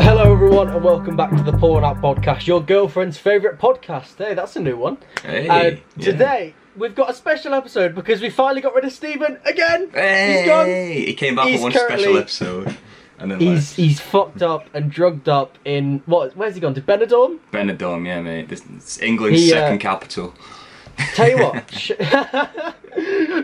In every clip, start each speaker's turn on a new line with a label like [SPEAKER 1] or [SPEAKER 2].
[SPEAKER 1] Hello, everyone, and welcome back to the Porn Out Podcast, your girlfriend's favourite podcast. Hey, that's a new one.
[SPEAKER 2] Hey,
[SPEAKER 1] Uh,
[SPEAKER 2] yeah.
[SPEAKER 1] Today, we've got a special episode because we finally got rid of Stephen again. He's gone.
[SPEAKER 2] Hey, He came back
[SPEAKER 1] He's
[SPEAKER 2] for one
[SPEAKER 1] currently-
[SPEAKER 2] special episode, and then
[SPEAKER 1] He's
[SPEAKER 2] he's
[SPEAKER 1] he's fucked up and drugged up in what? Where's he gone to Benidorm?
[SPEAKER 2] Benidorm, yeah, mate. This it's England's
[SPEAKER 1] He, uh,
[SPEAKER 2] second capital.
[SPEAKER 1] Tell you what, sh-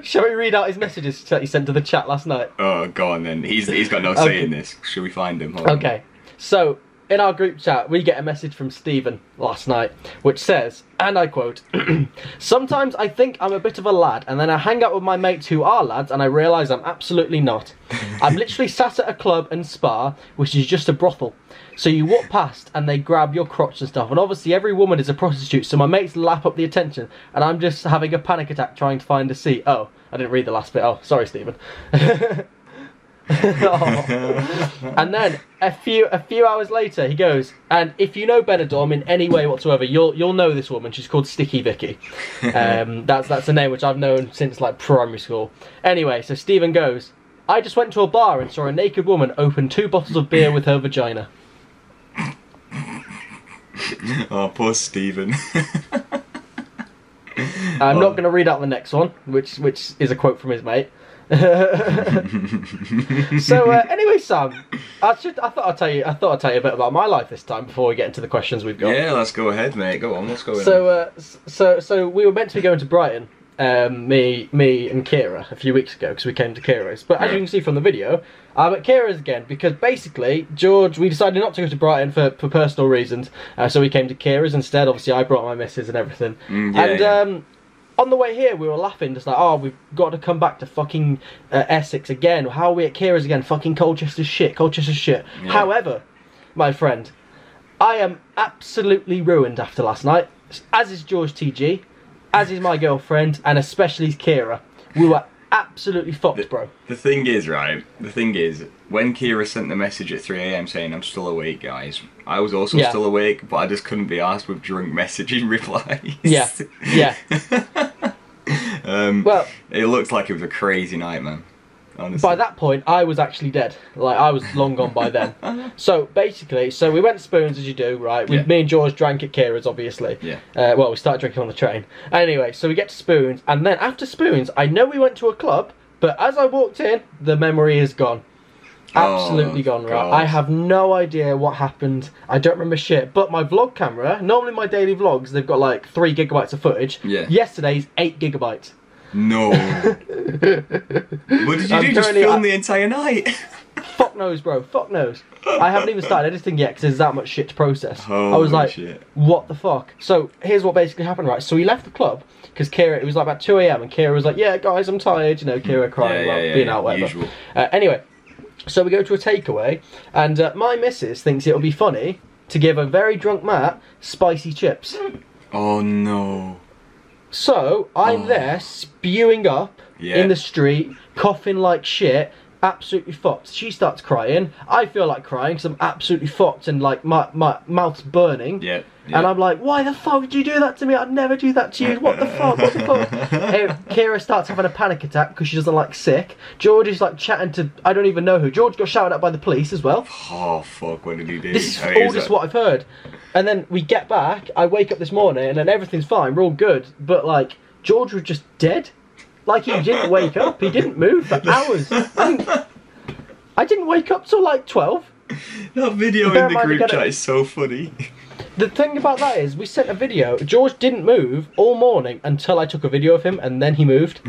[SPEAKER 1] shall we read out his messages that he sent to the chat last night?
[SPEAKER 2] Oh, go on then. He's he's got no
[SPEAKER 1] Okay.
[SPEAKER 2] say in this. Should we find him? Hold on.
[SPEAKER 1] Okay, so in our group chat, we get a message from Stephen last night, which says, and I quote, Sometimes I think I'm a bit of a lad, and then I hang out with my mates who are lads, and I realise I'm absolutely not. I'm literally sat at a club and spa, which is just a brothel. So you walk past, and they grab your crotch and stuff, and obviously every woman is a prostitute, so my mates lap up the attention, and I'm just having a panic attack trying to find a seat. Oh, I didn't read the last bit. Oh, sorry, Stephen. Oh. And then a few a few hours later, he goes, and if you know Benidorm in any way whatsoever, you'll you'll know this woman. She's called Sticky Vicky. Um, that's that's a name which I've known since like primary school. Anyway, so Stephen goes. I just went to a bar and saw a naked woman open two bottles of beer with her vagina.
[SPEAKER 2] Oh, poor Stephen.
[SPEAKER 1] I'm
[SPEAKER 2] Oh.
[SPEAKER 1] not going to read out the next one, which which is a quote from his mate. so uh, anyway, Sam, I should I thought I'd tell you I thought I'd tell you a bit about my life this time before we get into the questions we've got.
[SPEAKER 2] yeah, let's go ahead, mate. Go on, what's going
[SPEAKER 1] So,
[SPEAKER 2] on?
[SPEAKER 1] uh, s- so, so we were meant to be going to Brighton, um, me, me, and Kira a few weeks ago because we came to Kira's. But as
[SPEAKER 2] Yeah.
[SPEAKER 1] you can see from the video, I'm at Kira's again because basically George, we decided not to go to Brighton for, for personal reasons, uh, so we came to Kira's instead. Obviously, I brought my missus and everything,
[SPEAKER 2] Mm, yeah,
[SPEAKER 1] and.
[SPEAKER 2] yeah.
[SPEAKER 1] Um, on the way here, we were laughing, just like, oh, we've got to come back to fucking uh, Essex again. How are we at Kira's again? Fucking Colchester's shit. Colchester's shit.
[SPEAKER 2] Yeah.
[SPEAKER 1] However, my friend, I am absolutely ruined after last night, as is George TG, as is my girlfriend, and especially Kira. We were absolutely fucked, bro.
[SPEAKER 2] the thing is, right? The thing is, when Kira sent the message at 3 a.m. saying I'm still awake, guys, I was also
[SPEAKER 1] Yeah.
[SPEAKER 2] still awake, but I just couldn't be asked with drunk messaging replies.
[SPEAKER 1] Yeah, yeah.
[SPEAKER 2] Um,
[SPEAKER 1] Well-
[SPEAKER 2] it looked like it was a crazy night, man. Honestly.
[SPEAKER 1] By that point, I was actually dead. Like I was long gone by then. so basically, so we went spoons as you do, right? We,
[SPEAKER 2] Yeah.
[SPEAKER 1] Me and George drank at Kira's, obviously.
[SPEAKER 2] Yeah.
[SPEAKER 1] Uh, well, we started drinking on the train. Anyway, so we get to spoons, and then after spoons, I know we went to a club, but as I walked in, the memory is gone. Absolutely
[SPEAKER 2] Oh,
[SPEAKER 1] gone, right?
[SPEAKER 2] God.
[SPEAKER 1] I have no idea what happened. I don't remember shit. But my vlog camera, normally my daily vlogs, they've got like three gigabytes of footage.
[SPEAKER 2] Yeah.
[SPEAKER 1] Yesterday's eight gigabytes.
[SPEAKER 2] No. what did you
[SPEAKER 1] I'm
[SPEAKER 2] do? Just
[SPEAKER 1] currently-
[SPEAKER 2] film
[SPEAKER 1] I-
[SPEAKER 2] the entire night?
[SPEAKER 1] Fuck knows, bro. Fuck knows. I haven't even started editing yet because there's that much shit to process. I was
[SPEAKER 2] Holy
[SPEAKER 1] like,
[SPEAKER 2] shit.
[SPEAKER 1] what the fuck? So here's what basically happened, right? So we left the club because Kira. It was like about two a.m. and Kira was like, "Yeah, guys, I'm tired." You know, Kira crying,
[SPEAKER 2] Mm. yeah,
[SPEAKER 1] about
[SPEAKER 2] yeah,
[SPEAKER 1] being
[SPEAKER 2] yeah,
[SPEAKER 1] out, whatever.
[SPEAKER 2] usual.
[SPEAKER 1] Uh, anyway, so we go to a takeaway, and uh, my missus thinks it'll be funny to give a very drunk Matt spicy chips.
[SPEAKER 2] oh no.
[SPEAKER 1] So I'm
[SPEAKER 2] Oh.
[SPEAKER 1] there spewing up
[SPEAKER 2] Yeah.
[SPEAKER 1] in the street, coughing like shit, absolutely fucked. She starts crying. I feel like crying because I'm absolutely fucked and like my, my mouth's burning.
[SPEAKER 2] Yep.
[SPEAKER 1] And I'm like, why the fuck did you do that to me? I'd never do that to you. What the fuck? What the fuck? Eh, Kira starts having a panic attack because she doesn't like sick. George is like chatting to I don't even know who. George got shouted at by the police as well.
[SPEAKER 2] Oh fuck! What did he do?
[SPEAKER 1] This is
[SPEAKER 2] I mean,
[SPEAKER 1] all
[SPEAKER 2] was
[SPEAKER 1] just
[SPEAKER 2] that-
[SPEAKER 1] what I've heard. And then we get back, I wake up this morning and then everything's fine, we're all good. But like George was just dead. Like he didn't wake up, he didn't move for hours. I didn't, I didn't wake up till like twelve.
[SPEAKER 2] That video
[SPEAKER 1] Bear
[SPEAKER 2] in
[SPEAKER 1] in
[SPEAKER 2] the
[SPEAKER 1] mind, I
[SPEAKER 2] group
[SPEAKER 1] gotta-
[SPEAKER 2] chat is so funny.
[SPEAKER 1] The thing about that is we sent a video, George didn't move all morning until I took a video of him and then he moved.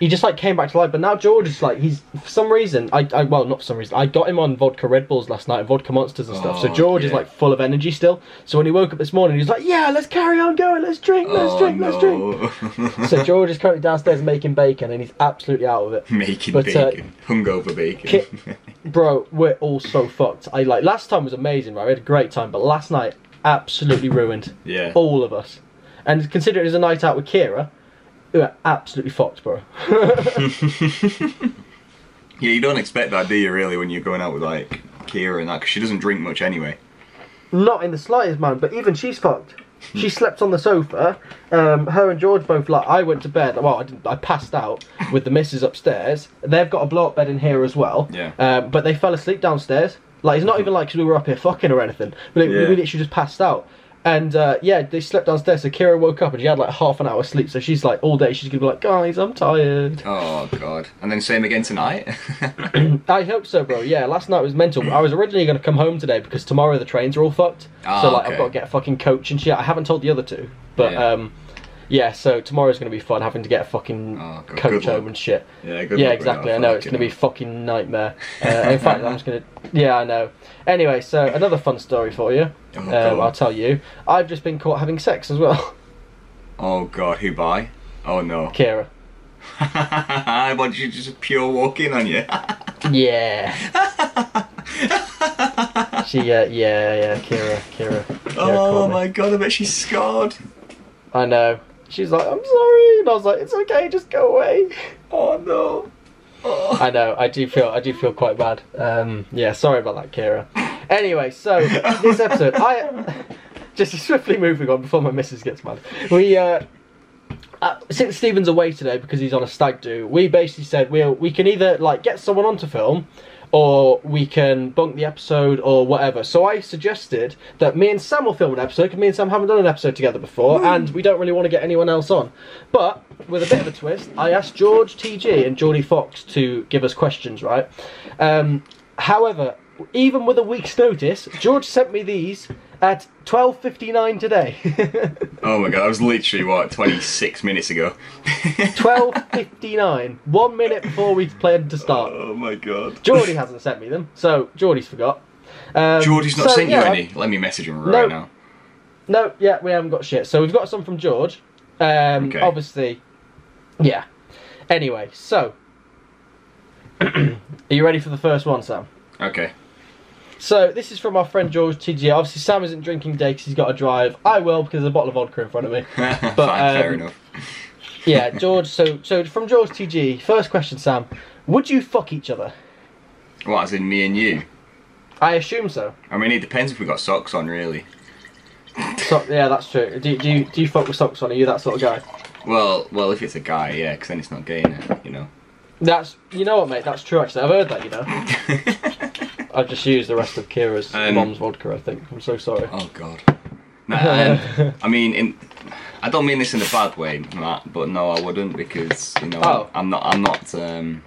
[SPEAKER 1] He just like came back to life, but now George is like he's for some reason I, I well not for some reason I got him on vodka Red Bulls last night, vodka monsters and stuff. so
[SPEAKER 2] Oh,
[SPEAKER 1] George is
[SPEAKER 2] yeah.
[SPEAKER 1] like full of energy still. So when he woke up this morning, he's like, "Yeah, let's carry on going, let's drink, let's
[SPEAKER 2] oh
[SPEAKER 1] drink,
[SPEAKER 2] no.
[SPEAKER 1] let's drink." So George is currently downstairs making bacon, and he's absolutely out of it.
[SPEAKER 2] Making
[SPEAKER 1] But, uh,
[SPEAKER 2] bacon, hungover bacon.
[SPEAKER 1] Ki- Bro, we're all so fucked. I like last time was amazing, right? We had a great time, but last night absolutely ruined.
[SPEAKER 2] Yeah.
[SPEAKER 1] All of us. And considering it was a night out with Kira, we were absolutely fucked, bro.
[SPEAKER 2] yeah, you don't expect that, do you? Really, when you're going out with like Kira and that, because she doesn't drink much anyway.
[SPEAKER 1] Not in the slightest, man, but even she's fucked. She slept on the sofa. Um, her and George both like I went to bed. Well, I, didn't, I passed out with the missus upstairs. They've got a blow up bed in here as well.
[SPEAKER 2] Yeah.
[SPEAKER 1] Um, but they fell asleep downstairs. Like it's not even like 'cause we were up here fucking or anything. But it,
[SPEAKER 2] Yeah.
[SPEAKER 1] we literally just passed out. And uh, yeah, they slept downstairs. So Kira woke up and she had like half an hour sleep. So she's like all day. She's gonna be like, guys, I'm tired.
[SPEAKER 2] Oh god. And then same again tonight.
[SPEAKER 1] I hope so, bro. Yeah, last night was mental. I was originally going to come home today because tomorrow the trains are all fucked.
[SPEAKER 2] Ah,
[SPEAKER 1] so like
[SPEAKER 2] okay.
[SPEAKER 1] I've got to get a fucking coach and shit. I haven't told the other two, but
[SPEAKER 2] Yeah.
[SPEAKER 1] um, yeah. So tomorrow's going to be fun having to get a fucking
[SPEAKER 2] Oh, God, good
[SPEAKER 1] coach
[SPEAKER 2] luck.
[SPEAKER 1] home and shit.
[SPEAKER 2] yeah, good.
[SPEAKER 1] yeah,
[SPEAKER 2] luck with
[SPEAKER 1] exactly.
[SPEAKER 2] that,
[SPEAKER 1] I know it's going
[SPEAKER 2] fucking
[SPEAKER 1] to be fucking nightmare. Uh, in fact, I'm just going to. Yeah, I know. Anyway, so another fun story for you.
[SPEAKER 2] Oh,
[SPEAKER 1] um,
[SPEAKER 2] God.
[SPEAKER 1] I'll tell you. I've just been caught having sex as well,
[SPEAKER 2] hell. Oh god, who by? Oh no.
[SPEAKER 1] Kira.
[SPEAKER 2] Why did you just pure walk in on you?
[SPEAKER 1] Yeah. she. Uh, yeah, yeah. Kira. Kira. Kira
[SPEAKER 2] oh
[SPEAKER 1] caught me.
[SPEAKER 2] my god, I bet she scored.
[SPEAKER 1] I know. She's like, I'm sorry, and I was like, it's okay, just go away.
[SPEAKER 2] Oh no. Oh.
[SPEAKER 1] I know. I do feel. I do feel quite bad. Um, yeah, sorry about that, Kira. Anyway, so this episode, I just swiftly moving on before my missus gets mad. We. Uh, uh, since Steven's away today because he's on a stag do, we basically said we we can either like get someone onto film, or we can bunk the episode or whatever. So I suggested that me and Sam will film an episode because me and Sam haven't done an episode together before, and we don't really want to get anyone else on. But with a bit of a twist, I asked George TG and Geordie Fox to give us questions, right? Um, however, even with a week's notice, George sent me these at 12:59 today.
[SPEAKER 2] Oh my god, that was literally what, 26 minutes ago.
[SPEAKER 1] Twelve fifty nine. One minute before we planned to start.
[SPEAKER 2] Oh my god.
[SPEAKER 1] Geordie hasn't sent me them, so Geordie's forgot. Um,
[SPEAKER 2] Geordie's not
[SPEAKER 1] so,
[SPEAKER 2] sent
[SPEAKER 1] yeah,
[SPEAKER 2] you
[SPEAKER 1] I-
[SPEAKER 2] any. Let me message him right
[SPEAKER 1] No.
[SPEAKER 2] now.
[SPEAKER 1] No, yeah, we haven't got shit. So we've got some from George. Um,
[SPEAKER 2] Okay.
[SPEAKER 1] Obviously, yeah. Anyway, so are you ready for the first one, Sam?
[SPEAKER 2] Okay.
[SPEAKER 1] So this is from our friend George TG. Obviously, Sam isn't drinking day because he's got to drive. I will because there's a bottle of vodka in front of me.
[SPEAKER 2] Fine, fair
[SPEAKER 1] um,
[SPEAKER 2] enough.
[SPEAKER 1] Yeah, George. So, so from George TG. First question, Sam. Would you fuck each other?
[SPEAKER 2] What, as in me and you?
[SPEAKER 1] I assume so.
[SPEAKER 2] I mean, it depends if we got socks on, really.
[SPEAKER 1] So, yeah, that's true. Do, do you do you fuck with socks on? Are you that sort of guy?
[SPEAKER 2] Well, well, if it's a guy, yeah, 'cause then it's not gay, innit? You know.
[SPEAKER 1] That's you know what, mate. That's true. Actually, I've heard that. You know, I've just used the rest of Kira's
[SPEAKER 2] Um,
[SPEAKER 1] mom's vodka. I think I'm so sorry.
[SPEAKER 2] oh God. No, um, I mean, in, I don't mean this in a bad way, Matt, but no, I wouldn't because you know
[SPEAKER 1] Oh.
[SPEAKER 2] I'm not, I'm not, um,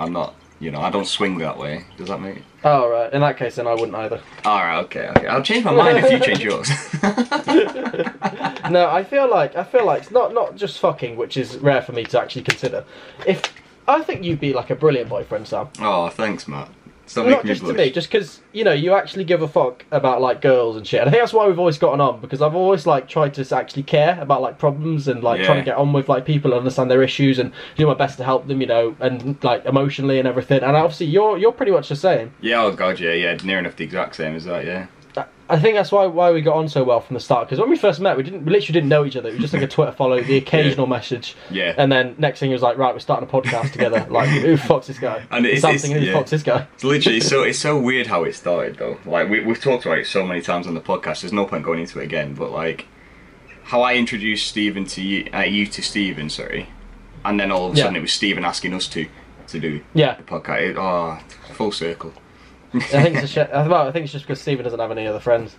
[SPEAKER 2] I'm not, you know, I don't swing that way. Does that make?
[SPEAKER 1] Oh right. In that case, then I wouldn't either.
[SPEAKER 2] All right, okay, okay. I'll change my mind if you change yours.
[SPEAKER 1] No, I feel like I feel like it's not not just fucking, which is rare for me to actually consider. If I think you'd be like a brilliant boyfriend, Sam.
[SPEAKER 2] oh, thanks, Matt. Stop
[SPEAKER 1] Not
[SPEAKER 2] making me
[SPEAKER 1] just to
[SPEAKER 2] blush.
[SPEAKER 1] me, just because you know you actually give a fuck about like girls and shit. And I think that's why we've always gotten on because I've always like tried to actually care about like problems and like trying
[SPEAKER 2] Yeah.
[SPEAKER 1] to get on with like people and understand their issues and do my best to help them, you know, and like emotionally and everything. And obviously you're you're pretty much the same.
[SPEAKER 2] Yeah. Oh God. Yeah. Yeah. Near enough the exact same as that. Yeah.
[SPEAKER 1] I- I think that's why why we got on so well from the start because when we first met, we didn't we literally didn't know each other. It was just like a Twitter follow, the occasional message,
[SPEAKER 2] Yeah.
[SPEAKER 1] and then next thing it was like, right, we're starting a podcast together. Like, who fucks this guy?
[SPEAKER 2] And it's-
[SPEAKER 1] Something
[SPEAKER 2] it's-
[SPEAKER 1] who
[SPEAKER 2] yeah.
[SPEAKER 1] fucks this guy?
[SPEAKER 2] It's literally so it's so weird how it started though. Like we we've talked about it so many times on the podcast. There's no point going into it again. But like how I introduced Stephen to you, uh, you to Stephen, sorry, and then all of a
[SPEAKER 1] Yeah.
[SPEAKER 2] sudden it was Stephen asking us to to do
[SPEAKER 1] Yeah.
[SPEAKER 2] the podcast. It, oh, full circle.
[SPEAKER 1] I think it's a sh- well, I think it's just because Stephen doesn't have any other friends.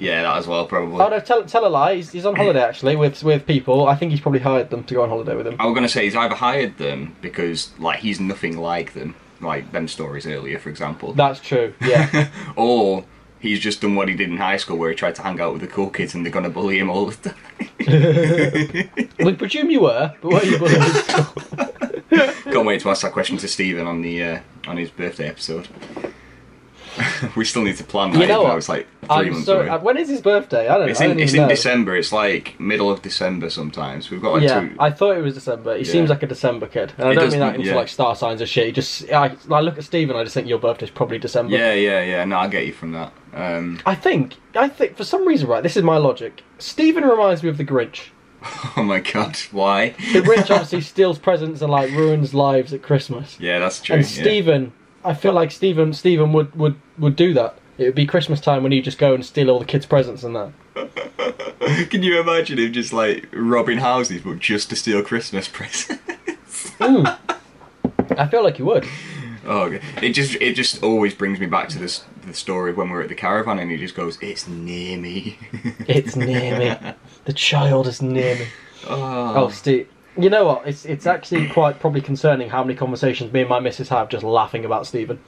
[SPEAKER 2] Yeah, that as well probably.
[SPEAKER 1] Oh no, tell tell a lie. He's, he's on holiday actually with with people. I think he's probably hired them to go on holiday with him.
[SPEAKER 2] I was gonna say he's either hired them because like he's nothing like them, like them stories earlier, for example,
[SPEAKER 1] That's true. Yeah.
[SPEAKER 2] or he's just done what he did in high school where he tried to hang out with the cool kids and they're gonna bully him all the time.
[SPEAKER 1] we presume you were, but were you bullied?
[SPEAKER 2] Can't wait to ask that question to Stephen on the uh, on his birthday episode. we still need to plan that.
[SPEAKER 1] You know
[SPEAKER 2] even though
[SPEAKER 1] what?
[SPEAKER 2] It's like 3
[SPEAKER 1] I'm
[SPEAKER 2] months
[SPEAKER 1] so.
[SPEAKER 2] away.
[SPEAKER 1] uh, When is his birthday? I don't.
[SPEAKER 2] it's
[SPEAKER 1] I
[SPEAKER 2] in,
[SPEAKER 1] don't
[SPEAKER 2] it's
[SPEAKER 1] even
[SPEAKER 2] in
[SPEAKER 1] know.
[SPEAKER 2] December. It's like middle of December sometimes. We've got like
[SPEAKER 1] Yeah,
[SPEAKER 2] two.
[SPEAKER 1] I thought it was December. He seems
[SPEAKER 2] Yeah.
[SPEAKER 1] like a December kid, and I
[SPEAKER 2] He
[SPEAKER 1] don't
[SPEAKER 2] does-
[SPEAKER 1] mean that into
[SPEAKER 2] yeah.
[SPEAKER 1] like star signs or shit. He just, I, I look at Stephen, I just think your birthday's probably December.
[SPEAKER 2] yeah, yeah, yeah. No, I get you from that. Um,
[SPEAKER 1] I think, I think for some reason, right? This is my logic. Stephen reminds me of the Grinch.
[SPEAKER 2] oh my god, why?
[SPEAKER 1] The Grinch obviously steals presents and like ruins lives at Christmas.
[SPEAKER 2] yeah, that's true.
[SPEAKER 1] and
[SPEAKER 2] yeah.
[SPEAKER 1] Stephen, I feel like Stephen Stephen would would would do that. It would be Christmas time when you just go and steal all the kids' presents and that.
[SPEAKER 2] Can you imagine him just like robbing houses, but just to steal Christmas presents?
[SPEAKER 1] Ooh. I feel like you would.
[SPEAKER 2] Oh, okay. it just it just always brings me back to this the story when we we're at the caravan and he just goes, "It's near me."
[SPEAKER 1] It's near me. The child is near me.
[SPEAKER 2] oh,
[SPEAKER 1] Oh, Steve. You know what? It's it's actually quite probably concerning how many conversations me and my missus have just laughing about Stephen,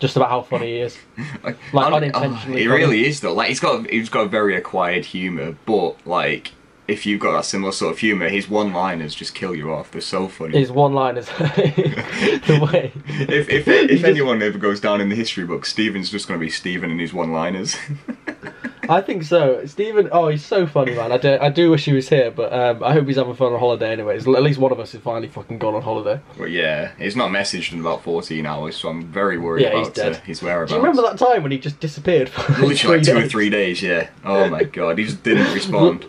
[SPEAKER 1] just about how funny he is.
[SPEAKER 2] like,
[SPEAKER 1] like,
[SPEAKER 2] un- oh,
[SPEAKER 1] unintentionally funny.
[SPEAKER 2] It really is though. Like he's got he's got a very acquired humour, but like if you've got that similar sort of humour, his one liners just kill you off. They're so funny.
[SPEAKER 1] His one line is the way.
[SPEAKER 2] if if, if anyone ever goes down in the history book, Steven's just going to be Steven and his one liners.
[SPEAKER 1] I think so. Stephen. Oh, he's so funny, man. I do, I do wish he was here, but um, I hope he's having fun on holiday. Anyways, at least one of us is finally fucking gone on holiday.
[SPEAKER 2] but yeah, he's not messaged in about 14 hours, so I'm very worried
[SPEAKER 1] Yeah, he's
[SPEAKER 2] about uh,
[SPEAKER 1] dead.
[SPEAKER 2] his whereabouts.
[SPEAKER 1] Do you remember that time when he just disappeared for like
[SPEAKER 2] Literally like
[SPEAKER 1] three
[SPEAKER 2] two or
[SPEAKER 1] days?
[SPEAKER 2] three days, yeah. Oh my god, he just didn't respond.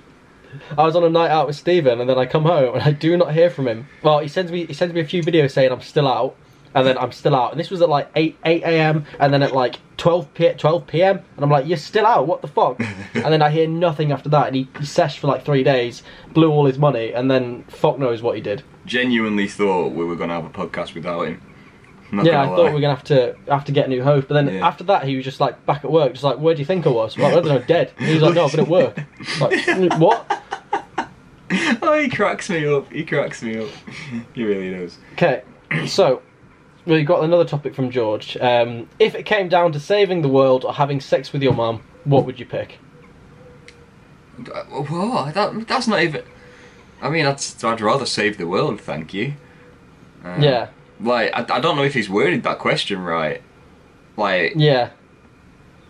[SPEAKER 1] I was on a night out with Steven and then I come home and I do not hear from him. Well, he sends me he sends me a few videos saying I'm still out and then I'm still out. And this was at like 8 8 a.m. and then at like 12 p 12 p.m. and I'm like, "You're still out. What the fuck?" and then I hear nothing after that and he, he seshed for like 3 days, blew all his money and then fuck knows what he did.
[SPEAKER 2] Genuinely thought we were going to have a podcast without him. Not
[SPEAKER 1] yeah, I
[SPEAKER 2] gonna
[SPEAKER 1] thought
[SPEAKER 2] lie.
[SPEAKER 1] we were going to have to have to get a new host, but then
[SPEAKER 2] Yeah.
[SPEAKER 1] after that he was just like back at work just like, "Where do you think I was?" Well, I don't know, dead. And he was like, "No, I've been at work." Like, "What?"
[SPEAKER 2] Oh, he cracks me up. He cracks me up. he really does.
[SPEAKER 1] Okay, so we've got another topic from George. Um, if it came down to saving the world or having sex with your mum, what would you pick?
[SPEAKER 2] Uh, Whoa, that, that's not even. I mean, I'd, I'd rather save the world, thank you. Uh,
[SPEAKER 1] Yeah,
[SPEAKER 2] Like, I, I don't know if he's worded that question right. Like,
[SPEAKER 1] yeah, I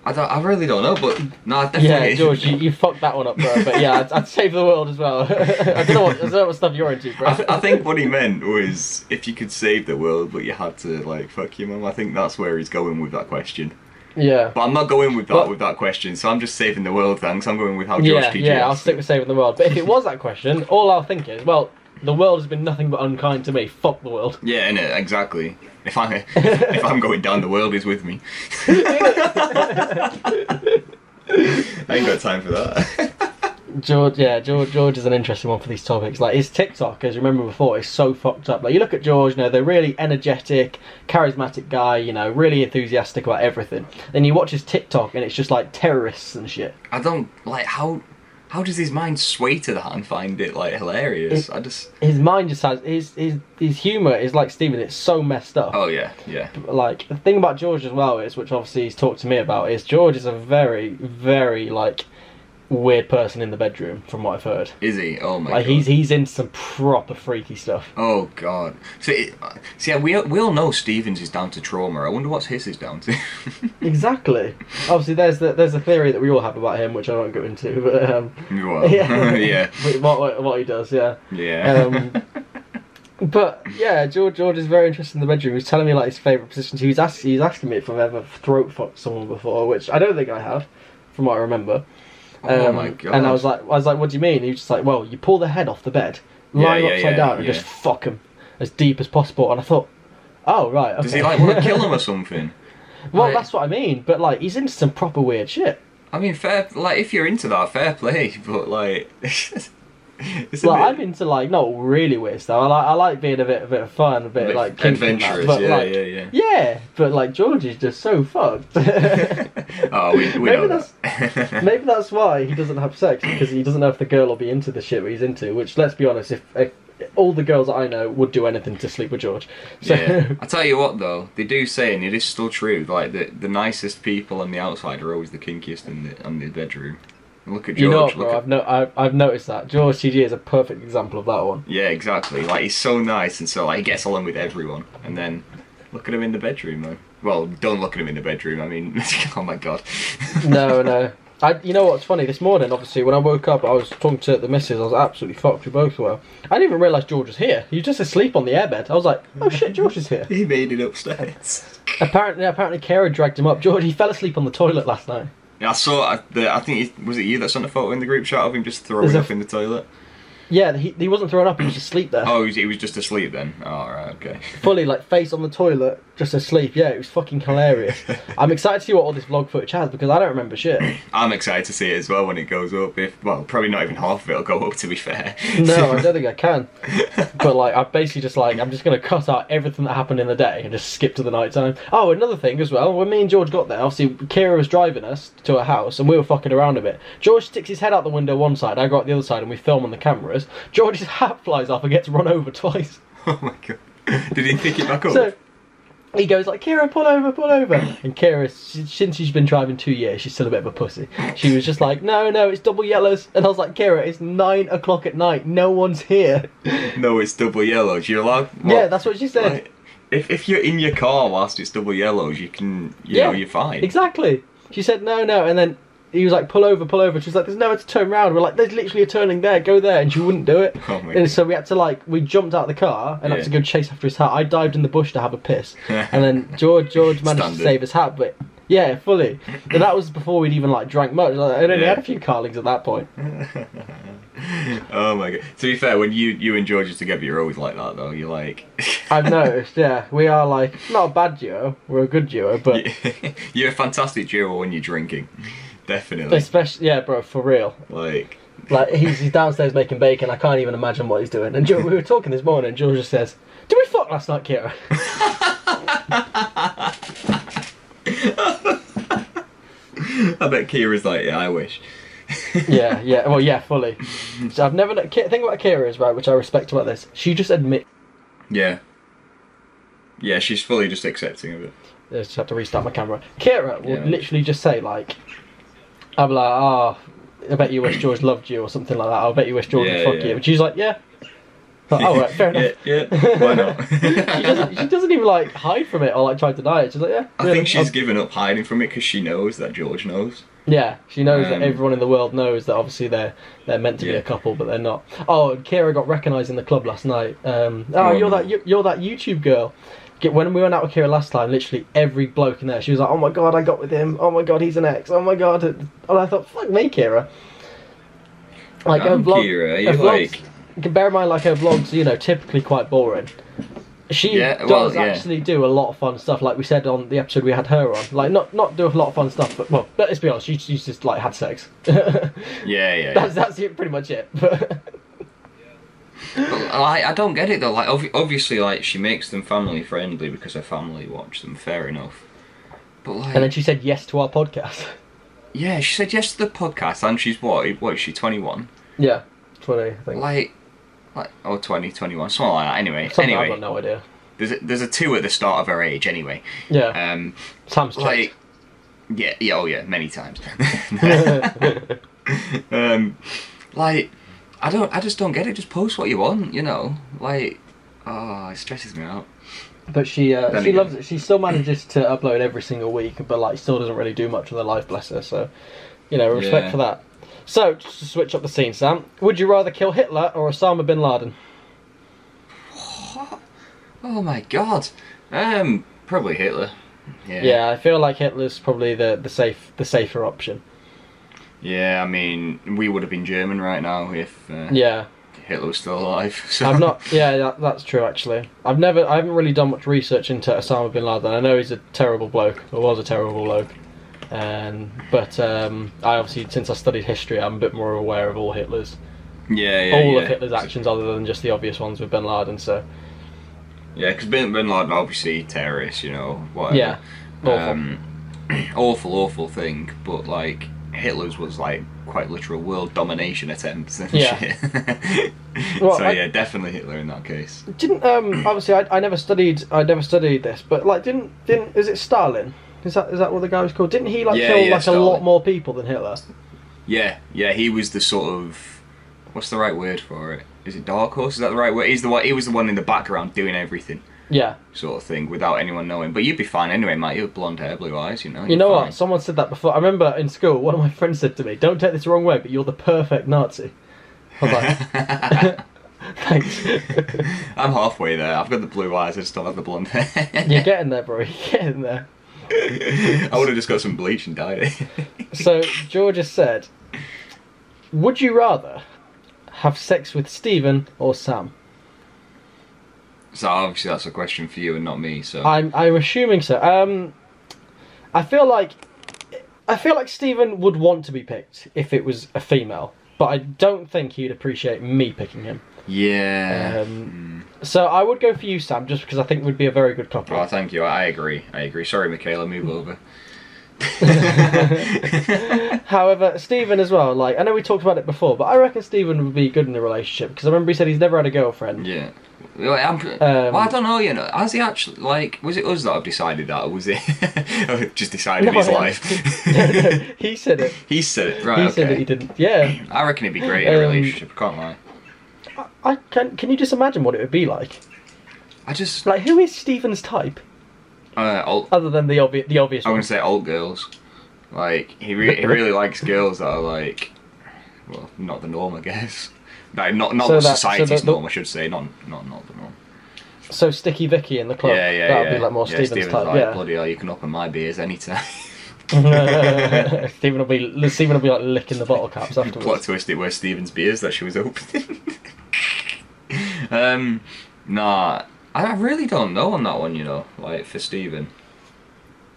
[SPEAKER 2] I, don't, I really don't know, but no, I definitely.
[SPEAKER 1] yeah. George, you, you fucked that one up, bro. But yeah, I'd, I'd save the world as well. I don't know what I don't know what stuff you're into, bro.
[SPEAKER 2] I, th- I think what he meant was if you could save the world, but you had to like fuck your mum. I think that's where he's going with that question.
[SPEAKER 1] yeah.
[SPEAKER 2] But I'm not going with that
[SPEAKER 1] But-
[SPEAKER 2] with that question. So I'm just saving the world, thanks. I'm going with how George
[SPEAKER 1] Yeah,
[SPEAKER 2] PG.
[SPEAKER 1] yeah, I'll stick with saving the world. But if it was that question, all I'll think is, well, the world has been nothing but unkind to me. Fuck the world.
[SPEAKER 2] Yeah, innit, exactly. If I if I'm going down, the world is with me. I ain't got time for that.
[SPEAKER 1] George, yeah, George, George is an interesting one for these topics. Like his TikTok, as you remember before, is so fucked up. Like you look at George, you know, they're really energetic, charismatic guy, you know, really enthusiastic about everything. Then you watch his TikTok, and it's just like terrorists and shit.
[SPEAKER 2] I don't like how how does his mind sway to that and find it like hilarious? I just
[SPEAKER 1] His mind just has his his his humor is like Steven. It's so messed up.
[SPEAKER 2] oh yeah yeah
[SPEAKER 1] Like the thing about George as well is, which obviously he's talked to me about, is George is a very very like weird person in the bedroom, from what I've heard.
[SPEAKER 2] is he oh my
[SPEAKER 1] Like
[SPEAKER 2] god
[SPEAKER 1] he's he's into some proper freaky stuff.
[SPEAKER 2] oh god see it, see we we all know Stevens is down to trauma. I wonder what's his is down to.
[SPEAKER 1] Exactly. Obviously, there's the there's a theory that we all have about him, which I won't go into. But um,
[SPEAKER 2] well,
[SPEAKER 1] yeah,
[SPEAKER 2] yeah
[SPEAKER 1] But what, what what he does, yeah.
[SPEAKER 2] yeah.
[SPEAKER 1] Um, But yeah, George George is very interested in the bedroom. He's telling me like his favourite positions. He was ask, he was asking me if I've ever throat fucked someone before, which I don't think I have, from what I remember.
[SPEAKER 2] oh
[SPEAKER 1] Um,
[SPEAKER 2] my god.
[SPEAKER 1] And I was like, I was like, what do you mean? He was just like, well, you pull the head off the bed, lie
[SPEAKER 2] yeah,
[SPEAKER 1] upside
[SPEAKER 2] yeah,
[SPEAKER 1] down, and
[SPEAKER 2] yeah.
[SPEAKER 1] just fuck him as deep as possible. And I thought, oh right, okay.
[SPEAKER 2] does he like want to kill him or something?
[SPEAKER 1] well,
[SPEAKER 2] Like-
[SPEAKER 1] that's what I mean. But like, he's into some proper weird shit.
[SPEAKER 2] I mean, fair. Like, if you're into that, fair play. But like, it's a
[SPEAKER 1] Well,
[SPEAKER 2] bit-
[SPEAKER 1] I'm into like not really weird stuff. I like I like being a bit a bit of fun, a bit,
[SPEAKER 2] bit
[SPEAKER 1] like kinky and
[SPEAKER 2] adventurous.
[SPEAKER 1] that, but,
[SPEAKER 2] yeah,
[SPEAKER 1] like,
[SPEAKER 2] yeah, yeah,
[SPEAKER 1] yeah, but like George is just so fucked.
[SPEAKER 2] Oh, we, we
[SPEAKER 1] Maybe
[SPEAKER 2] know
[SPEAKER 1] that's-
[SPEAKER 2] that.
[SPEAKER 1] Maybe that's why he doesn't have sex because he doesn't know if the girl will be into the shit he's into. Which let's be honest, if, if all the girls that I know would do anything to sleep with George, so
[SPEAKER 2] yeah. I tell you what, though, they do say, and it is still true. Like the the nicest people on the outside are always the kinkiest in the on the bedroom. Look at George.
[SPEAKER 1] you know, what,
[SPEAKER 2] look
[SPEAKER 1] bro,
[SPEAKER 2] at-
[SPEAKER 1] I've no, I've, I've noticed that George TG is a perfect example of that one.
[SPEAKER 2] yeah, exactly. Like he's so nice, and so like he gets along with everyone. And then look at him in the bedroom, man. Well, don't look at him in the bedroom. I mean, oh my god.
[SPEAKER 1] No, no. I, you know what's funny? This morning, obviously, when I woke up, I was talking to the missus. I was absolutely fucked. We both were. I didn't even realise George was here. He was just asleep on the airbed. I was like, oh shit, George is here.
[SPEAKER 2] he made it upstairs.
[SPEAKER 1] apparently, apparently, Kara dragged him up. George, he fell asleep on the toilet last night.
[SPEAKER 2] Yeah, I saw. I, the, I think it, was it you that sent a photo in the group chat of him just throwing
[SPEAKER 1] There's a-
[SPEAKER 2] up in the toilet.
[SPEAKER 1] Yeah, he, he wasn't thrown up. He was asleep there,
[SPEAKER 2] Oh, he was, he was just asleep then. All right, okay.
[SPEAKER 1] fully like face on the toilet, just asleep. Yeah, it was fucking hilarious. I'm excited to see what all this vlog footage has because I don't remember shit.
[SPEAKER 2] I'm excited to see it as well when it goes up. If well, probably not even half of it'll go up. To be fair.
[SPEAKER 1] No, I don't think I can. But like, I basically just like I'm just gonna cut out everything that happened in the day and just skip to the night time. Oh, another thing as well. When me and George got there, obviously Kira was driving us to her house and we were fucking around a bit. George sticks his head out the window one side, I go out the other side, and we film on the cameras. George's hat flies off and gets run over twice.
[SPEAKER 2] oh my god. Did he pick it back up?
[SPEAKER 1] So he goes like, Kira, pull over, pull over. And Kira, s- since she's been driving two years, she's still a bit of a pussy. She was just like, no, no, it's double yellows. And I was like, Kira, it's nine o'clock at night. No one's here.
[SPEAKER 2] no, it's double yellows. You're allowed.
[SPEAKER 1] yeah,
[SPEAKER 2] well,
[SPEAKER 1] that's what she said.
[SPEAKER 2] like, if if you're in your car whilst it's double yellows, you can. You
[SPEAKER 1] Yeah,
[SPEAKER 2] know, you're fine.
[SPEAKER 1] Exactly. She said, no, no. And then he was like, pull over, pull over. She's like, there's nowhere to turn round. We're like, there's literally a turning there. Go there. And she wouldn't do it.
[SPEAKER 2] Oh my
[SPEAKER 1] and
[SPEAKER 2] God.
[SPEAKER 1] so we had to like, we jumped out of the car and had
[SPEAKER 2] Yeah.
[SPEAKER 1] to go chase after his hat. I dived in the bush to have a piss. and then George, George managed to
[SPEAKER 2] Standard.
[SPEAKER 1] save his hat, but yeah, fully. And that was before we'd even like drank much. Like, I'd only
[SPEAKER 2] Yeah.
[SPEAKER 1] had a few carlings at that point.
[SPEAKER 2] Oh my god. To be fair, when you you and George are together, you're always like that though. You're like.
[SPEAKER 1] I've noticed, yeah. We are like, not a bad duo. We're a good duo, but
[SPEAKER 2] you're a fantastic duo when you're drinking. Definitely.
[SPEAKER 1] especially, yeah, bro, for real.
[SPEAKER 2] Like.
[SPEAKER 1] Like he's, he's downstairs making bacon. I can't even imagine what he's doing. And George, we were talking this morning, and George just says, "Did we fuck last night, Kira?"
[SPEAKER 2] I bet Kira's like, yeah, I wish.
[SPEAKER 1] yeah, yeah. Well, yeah, fully. So I've never. kn- Ki- Thing about Kira is right, which I respect about this. She just admits.
[SPEAKER 2] Yeah. Yeah, she's fully just accepting of it.
[SPEAKER 1] I just have to restart my camera. Kira would
[SPEAKER 2] Yeah.
[SPEAKER 1] literally just say like, "I'm like, ah, I bet you wish George loved you or something like that. I bet you wish George would
[SPEAKER 2] Yeah,
[SPEAKER 1] fuck
[SPEAKER 2] yeah.
[SPEAKER 1] you." And she's like, "Yeah." Like, oh, right, fair enough.
[SPEAKER 2] yeah, yeah. Why
[SPEAKER 1] She
[SPEAKER 2] not?
[SPEAKER 1] doesn't, she doesn't even like hide from it or like try to deny it. She's like, yeah.
[SPEAKER 2] I
[SPEAKER 1] really, Oh.
[SPEAKER 2] think she's
[SPEAKER 1] I'm-
[SPEAKER 2] given up hiding from it because she knows that George knows.
[SPEAKER 1] Yeah, she knows that
[SPEAKER 2] Um,
[SPEAKER 1] everyone in the world knows that obviously they're they're meant to be
[SPEAKER 2] Yeah.
[SPEAKER 1] a couple, but they're not. Oh, and Kira got recognised in the club last night. Um, oh,
[SPEAKER 2] Oh,
[SPEAKER 1] you're
[SPEAKER 2] no.
[SPEAKER 1] that you, you're that YouTube girl. Get- When we went out with Kira last time, literally every bloke in there, she was like, "Oh my god, I got with him. Oh my god, he's an ex. Oh my god." And I thought, "Fuck me, Kira." Like her
[SPEAKER 2] Damn,
[SPEAKER 1] vlog,
[SPEAKER 2] Kira,
[SPEAKER 1] her
[SPEAKER 2] you
[SPEAKER 1] vlogs-
[SPEAKER 2] like-
[SPEAKER 1] Bear in mind, like her vlogs, you know, typically quite boring. She
[SPEAKER 2] Yeah, well,
[SPEAKER 1] does
[SPEAKER 2] yeah.
[SPEAKER 1] actually do a lot of fun stuff, like we said on the episode we had her on. Like, not not do a lot of fun stuff, but well, but let's be honest, she, she's just like had sex. that's
[SPEAKER 2] Yeah, yeah. yeah.
[SPEAKER 1] that's it, pretty much it. But
[SPEAKER 2] But, like, I don't get it though. Like, obvi- obviously, like she makes them family friendly because her family watch them. Fair enough. But like,
[SPEAKER 1] and then she said yes to our podcast.
[SPEAKER 2] yeah, she said yes to the podcast, and she's what? What is she? Twenty one?
[SPEAKER 1] Yeah, twenty. I think.
[SPEAKER 2] Like, like oh, 20, 21, something like that. Anyway,
[SPEAKER 1] Something I've got
[SPEAKER 2] anyway,
[SPEAKER 1] no idea.
[SPEAKER 2] there's a, there's a two at the start of her age. Anyway,
[SPEAKER 1] Yeah,
[SPEAKER 2] um,
[SPEAKER 1] Sam's checked.
[SPEAKER 2] like, yeah, yeah, oh yeah, many times. um, like, I don't, I just don't get it. Just post what you want, you know. Like, oh, it stresses me out.
[SPEAKER 1] but she uh, she
[SPEAKER 2] Then again.
[SPEAKER 1] loves it. She still manages to upload every single week, but like still doesn't really do much with her life, bless her. So, you know, respect
[SPEAKER 2] Yeah.
[SPEAKER 1] for that. So, just to switch up the scene, Sam, would you rather kill Hitler or Osama bin Laden?
[SPEAKER 2] Oh my god. Um, probably Hitler. Yeah.
[SPEAKER 1] Yeah, I feel like Hitler's probably the, the safe the safer option.
[SPEAKER 2] Yeah, I mean, we would have been German right now if uh,
[SPEAKER 1] Yeah,
[SPEAKER 2] Hitler was still alive. So.
[SPEAKER 1] I've not. Yeah, that, that's true. Actually, I've never. I haven't really done much research into Osama bin Laden. I know he's a terrible bloke, or was a terrible bloke. And but um, I obviously, since I studied history, I'm a bit more aware of all Hitler's
[SPEAKER 2] Yeah, yeah.
[SPEAKER 1] all
[SPEAKER 2] yeah.
[SPEAKER 1] of Hitler's actions, other than just the obvious ones with bin Laden. So
[SPEAKER 2] Yeah, because bin, bin Laden obviously terrorist, you know, whatever.
[SPEAKER 1] yeah, awful.
[SPEAKER 2] Um, awful, awful thing. But like Hitler's was like quite literal world domination attempts and
[SPEAKER 1] Yeah.
[SPEAKER 2] shit.
[SPEAKER 1] Well,
[SPEAKER 2] so
[SPEAKER 1] I-
[SPEAKER 2] yeah, definitely Hitler in that case.
[SPEAKER 1] didn't um obviously I, I never studied I never studied this, but like didn't didn't is it Stalin? Is that is that what the guy was called? Didn't he like
[SPEAKER 2] Yeah,
[SPEAKER 1] kill
[SPEAKER 2] yeah,
[SPEAKER 1] like a lot
[SPEAKER 2] Stalin.
[SPEAKER 1] more people than Hitler?
[SPEAKER 2] Yeah, yeah, he was the sort of what's the right word for it? Is it dark horse? Is that the right word? He's the one. He was the one in the background doing everything,
[SPEAKER 1] Yeah.
[SPEAKER 2] sort of thing, without anyone knowing. But you'd be fine anyway, mate. You have blonde hair, blue eyes, you know.
[SPEAKER 1] You know what? Someone said that before. I remember in school, one of my friends said to me, "Don't take this the wrong way, but you're the perfect Nazi." I was like, "Thanks."
[SPEAKER 2] I'm halfway there. I've got the blue eyes. I just don't have the blonde hair.
[SPEAKER 1] You're getting there, bro. You're getting there.
[SPEAKER 2] I would have just got some bleach and dyed it.
[SPEAKER 1] So George has said, "Would you rather have sex with Stephen or Sam?"
[SPEAKER 2] So obviously that's a question for you and not me. So
[SPEAKER 1] I'm I'm assuming so. Um, I feel like I feel like Stephen would want to be picked if it was a female, but I don't think he'd appreciate me picking him.
[SPEAKER 2] yeah. Hmm.
[SPEAKER 1] Um, So I would go for you, Sam, just because I think we'd be a very good couple.
[SPEAKER 2] oh, thank you. I agree. I agree. Sorry, Michaela, move over.
[SPEAKER 1] However, Stephen as well. Like I know we talked about it before, but I reckon Stephen would be good in a relationship because I remember he said he's never had a girlfriend.
[SPEAKER 2] yeah. Well, I'm, well,
[SPEAKER 1] Um,
[SPEAKER 2] I don't know. You know, has he actually like? Was it us that have decided that, or was it Oh, just decided
[SPEAKER 1] No,
[SPEAKER 2] his
[SPEAKER 1] I-
[SPEAKER 2] life?
[SPEAKER 1] he said it.
[SPEAKER 2] he said it right.
[SPEAKER 1] he
[SPEAKER 2] okay.
[SPEAKER 1] said that he didn't. Yeah.
[SPEAKER 2] I reckon it'd be great in a
[SPEAKER 1] Um,
[SPEAKER 2] relationship. I can't lie.
[SPEAKER 1] I can. Can you just imagine what it would be like?
[SPEAKER 2] I just
[SPEAKER 1] Like, who is Stephen's type
[SPEAKER 2] uh, old,
[SPEAKER 1] other than the obvious? The obvious
[SPEAKER 2] I
[SPEAKER 1] one.
[SPEAKER 2] want to say old girls. Like he, re- he really likes girls that are like, well, not the norm, I guess. Like not not
[SPEAKER 1] So
[SPEAKER 2] the
[SPEAKER 1] that- so
[SPEAKER 2] society's
[SPEAKER 1] that the-
[SPEAKER 2] norm, I should say. Not not not the norm.
[SPEAKER 1] So Sticky Vicky in the club.
[SPEAKER 2] yeah, yeah,
[SPEAKER 1] That'd
[SPEAKER 2] yeah.
[SPEAKER 1] be like more
[SPEAKER 2] yeah,
[SPEAKER 1] Stephen's type.
[SPEAKER 2] like,
[SPEAKER 1] yeah.
[SPEAKER 2] bloody hell, you can open my beers anytime.
[SPEAKER 1] Stephen will be Stephen will be like licking the bottle caps
[SPEAKER 2] Plot
[SPEAKER 1] afterwards.
[SPEAKER 2] twist: it was Stephen's beers that she was opening. um, nah, I I really don't know on that one. You know, like for Stephen,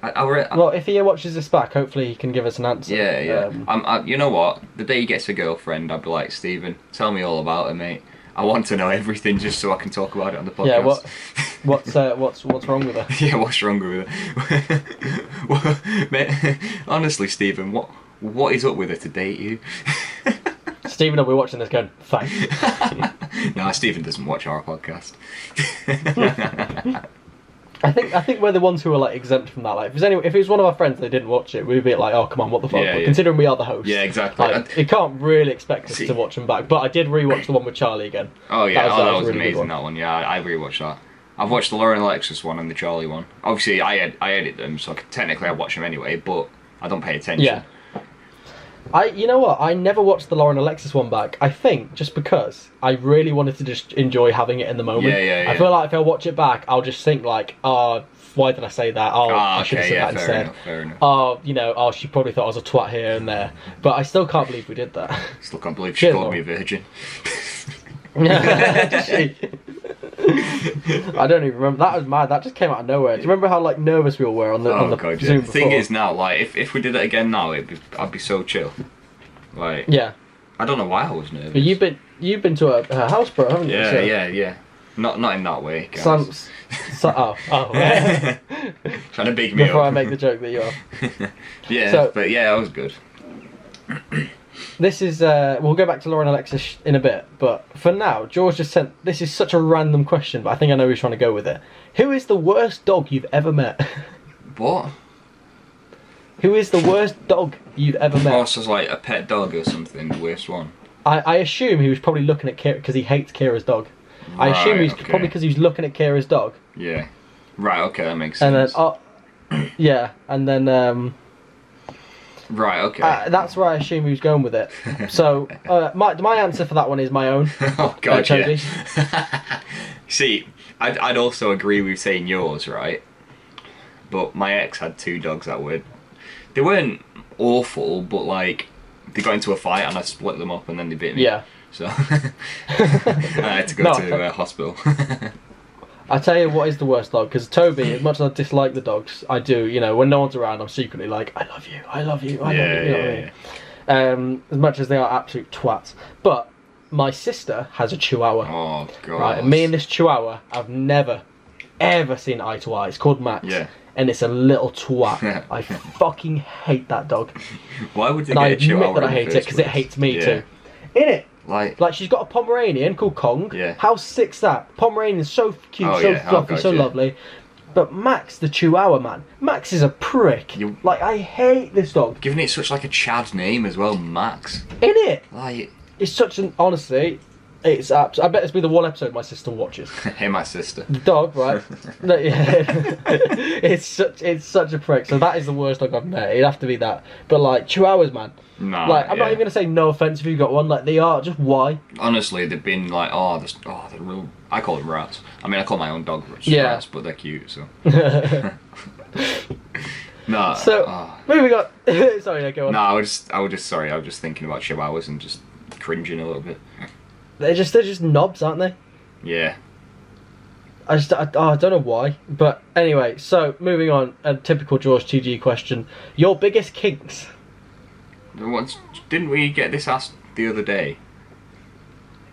[SPEAKER 2] I, I, re-
[SPEAKER 1] Well, if he watches this back, hopefully he can give us an answer.
[SPEAKER 2] Yeah, yeah.
[SPEAKER 1] Um,
[SPEAKER 2] I'm, I, you know what? The day he gets a girlfriend, I'll be like, Stephen, tell me all about her, mate. I want to know everything just so I can talk about it on the podcast.
[SPEAKER 1] Yeah, what- what's uh, what's what's wrong with her?
[SPEAKER 2] yeah, what's wrong with her? Well, mate, honestly, Stephen, what what is up with her to date you?
[SPEAKER 1] Stephen will be watching this going, thanks.
[SPEAKER 2] nah, Stephen doesn't watch our podcast.
[SPEAKER 1] I think I think we're the ones who are like exempt from that. Like, if it was anyone, if it was one of our friends that didn't watch it, we'd be like, oh come on, what the fuck?
[SPEAKER 2] Yeah,
[SPEAKER 1] but
[SPEAKER 2] yeah.
[SPEAKER 1] considering we are the host,
[SPEAKER 2] yeah, exactly.
[SPEAKER 1] like, you can't really expect us
[SPEAKER 2] See-
[SPEAKER 1] to watch them back. But I did rewatch the one with Charlie again.
[SPEAKER 2] Oh yeah,
[SPEAKER 1] That was-
[SPEAKER 2] oh,
[SPEAKER 1] that
[SPEAKER 2] that
[SPEAKER 1] was
[SPEAKER 2] was
[SPEAKER 1] a really good
[SPEAKER 2] amazing.
[SPEAKER 1] one.
[SPEAKER 2] That one, yeah, I, I rewatched that. I've watched the Lauren Alexis one and the Charlie one. Obviously, I ed- I edit them, so I could, technically I watch them anyway, but I don't pay attention.
[SPEAKER 1] Yeah. I, you know what? I never watched the Lauren Alexis one back. I think just because I really wanted to just enjoy having it in the moment.
[SPEAKER 2] Yeah, yeah,
[SPEAKER 1] I
[SPEAKER 2] yeah.
[SPEAKER 1] feel like if I watch it back, I'll just think like, oh, why did I say that? Oh,
[SPEAKER 2] Ah,
[SPEAKER 1] I should have
[SPEAKER 2] okay,
[SPEAKER 1] said
[SPEAKER 2] yeah,
[SPEAKER 1] that
[SPEAKER 2] fair
[SPEAKER 1] instead.
[SPEAKER 2] enough, fair enough.
[SPEAKER 1] Oh, you know, oh, she probably thought I was a twat here and there. But I still can't believe we did that.
[SPEAKER 2] Still can't believe she
[SPEAKER 1] Yeah,
[SPEAKER 2] called
[SPEAKER 1] Lauren.
[SPEAKER 2] me a virgin.
[SPEAKER 1] Did she?
[SPEAKER 2] Oh,
[SPEAKER 1] I don't even remember. That was mad. That just came out of nowhere. Do you remember how like nervous we all were on the on
[SPEAKER 2] Oh
[SPEAKER 1] the
[SPEAKER 2] god, yeah.
[SPEAKER 1] Zoom
[SPEAKER 2] The thing
[SPEAKER 1] before?
[SPEAKER 2] is now, like, if, if we did it again now, it'd be, I'd be so chill. Like,
[SPEAKER 1] yeah,
[SPEAKER 2] I don't know why I was nervous.
[SPEAKER 1] but you've been you've been to her, her house, bro, haven't you?
[SPEAKER 2] yeah,
[SPEAKER 1] So-
[SPEAKER 2] yeah, yeah. Not not in that way, guys.
[SPEAKER 1] Sam, so, oh, oh, right.
[SPEAKER 2] Trying to big me
[SPEAKER 1] before
[SPEAKER 2] up.
[SPEAKER 1] I make the joke that you are.
[SPEAKER 2] yeah,
[SPEAKER 1] so-
[SPEAKER 2] but yeah, that was good.
[SPEAKER 1] This is, uh, we'll go back to Lauren Alexis sh- in a bit, but for now, George just sent, this is such a random question, but I think I know who's trying to go with it. Who is the worst dog you've ever met?
[SPEAKER 2] What?
[SPEAKER 1] Who is the worst dog you've ever
[SPEAKER 2] No.
[SPEAKER 1] met?
[SPEAKER 2] Horse like a pet dog or something, the worst one.
[SPEAKER 1] I, I assume he was probably looking at Kira, because he hates Kira's dog. I assume
[SPEAKER 2] Right,
[SPEAKER 1] he's
[SPEAKER 2] okay.
[SPEAKER 1] probably because he was looking at Kira's dog,
[SPEAKER 2] Yeah. Right, okay, that makes
[SPEAKER 1] and then,
[SPEAKER 2] sense.
[SPEAKER 1] oh, yeah, and then, um,
[SPEAKER 2] right, okay.
[SPEAKER 1] uh, that's where I assume he was going with it. So, uh, my, my answer for that one is my own. uh,
[SPEAKER 2] oh god,
[SPEAKER 1] Toby.
[SPEAKER 2] yeah. See, I'd, I'd also agree with saying yours, right? But my ex had two dogs that were. They weren't awful, but like, they got into a fight and I split them up and then they bit me.
[SPEAKER 1] Yeah.
[SPEAKER 2] So, I had to go
[SPEAKER 1] No,
[SPEAKER 2] to
[SPEAKER 1] I-
[SPEAKER 2] uh, hospital.
[SPEAKER 1] I tell you what is the worst dog because Toby, as much as I dislike the dogs, I do. You know, when no one's around, I'm secretly like, I love you, I love you, I
[SPEAKER 2] yeah,
[SPEAKER 1] love you. you know what I
[SPEAKER 2] yeah,
[SPEAKER 1] mean? Um, as much as they are absolute twats, but my sister has a Chihuahua.
[SPEAKER 2] Oh, God.
[SPEAKER 1] right, and me and this Chihuahua, I've never, ever seen eye to eye. It's called Max.
[SPEAKER 2] Yeah.
[SPEAKER 1] And it's a little twat. I fucking hate that dog,
[SPEAKER 2] Why would they
[SPEAKER 1] and I
[SPEAKER 2] get a
[SPEAKER 1] admit
[SPEAKER 2] chihuahua?
[SPEAKER 1] that I
[SPEAKER 2] in the
[SPEAKER 1] hate it
[SPEAKER 2] first
[SPEAKER 1] because it
[SPEAKER 2] place?
[SPEAKER 1] hates me
[SPEAKER 2] Yeah.
[SPEAKER 1] too. In it,
[SPEAKER 2] Like,
[SPEAKER 1] like she's got a Pomeranian called Kong.
[SPEAKER 2] Yeah.
[SPEAKER 1] How sick's that? Pomeranian's so cute,
[SPEAKER 2] Oh,
[SPEAKER 1] so
[SPEAKER 2] yeah. Oh,
[SPEAKER 1] fluffy,
[SPEAKER 2] God,
[SPEAKER 1] so
[SPEAKER 2] yeah.
[SPEAKER 1] lovely. But Max, the Chihuahua man, Max is a prick.
[SPEAKER 2] You-
[SPEAKER 1] Like I hate this dog.
[SPEAKER 2] giving it such like a Chad name as well, Max.
[SPEAKER 1] In it,
[SPEAKER 2] Like,
[SPEAKER 1] it's such an honestly, it's abs- I bet it's be the one episode my sister watches.
[SPEAKER 2] hey, my sister.
[SPEAKER 1] The dog, right? no, yeah. it's such it's such a prick. So that is the worst dog I've met. It'd have to be that. But like Chihuahuas, man.
[SPEAKER 2] Nah,
[SPEAKER 1] like I'm
[SPEAKER 2] Ah, yeah.
[SPEAKER 1] not even gonna say no offense if you got one. Like they are just why?
[SPEAKER 2] honestly, they've been like, oh, this, oh, they're real. I call them rats. I mean, I call my own dog rats,
[SPEAKER 1] Yeah.
[SPEAKER 2] rats but they're cute, so. nah.
[SPEAKER 1] So
[SPEAKER 2] ah.
[SPEAKER 1] moving on. Sorry, yeah, go on.
[SPEAKER 2] nah, I was just, I was just sorry. I was just thinking about chihuahuas and just cringing a little bit.
[SPEAKER 1] They're just they're just knobs, aren't they?
[SPEAKER 2] Yeah.
[SPEAKER 1] I just I, oh, I don't know why, but anyway. So moving on, a typical George TG question: Your biggest kinks?
[SPEAKER 2] Once, didn't we get this asked the other day?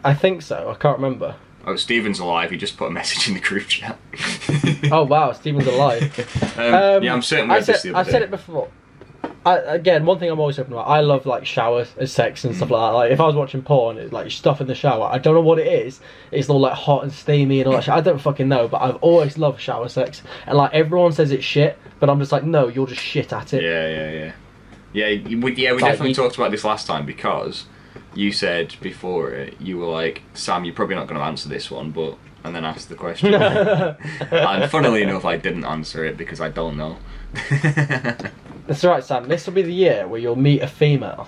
[SPEAKER 1] I think so. I can't remember.
[SPEAKER 2] Oh, Steven's alive. He just put a message in the group chat.
[SPEAKER 1] Oh wow, Steven's alive.
[SPEAKER 2] Um,
[SPEAKER 1] Um,
[SPEAKER 2] yeah, I'm certain we
[SPEAKER 1] I
[SPEAKER 2] had this
[SPEAKER 1] said,
[SPEAKER 2] the other
[SPEAKER 1] I
[SPEAKER 2] day.
[SPEAKER 1] said it before. I, again, one thing I'm always open about. I love like showers and sex and stuff like that. Like if I was watching porn, it's like stuff in the shower. I don't know what it is. It's all like hot and steamy and all that. shit. I don't fucking know. But I've always loved shower sex. And like everyone says it's shit, but I'm just like, no, you're just shit at it.
[SPEAKER 2] Yeah, yeah, yeah. Yeah, you- we, yeah, we
[SPEAKER 1] Like,
[SPEAKER 2] definitely
[SPEAKER 1] you-
[SPEAKER 2] talked about this last time because you said before it, you were like, Sam, you're probably not going to answer this one, but. And then asked the question. and funnily enough, I didn't answer it because I don't know.
[SPEAKER 1] That's right, Sam. This will be the year where you'll meet a female,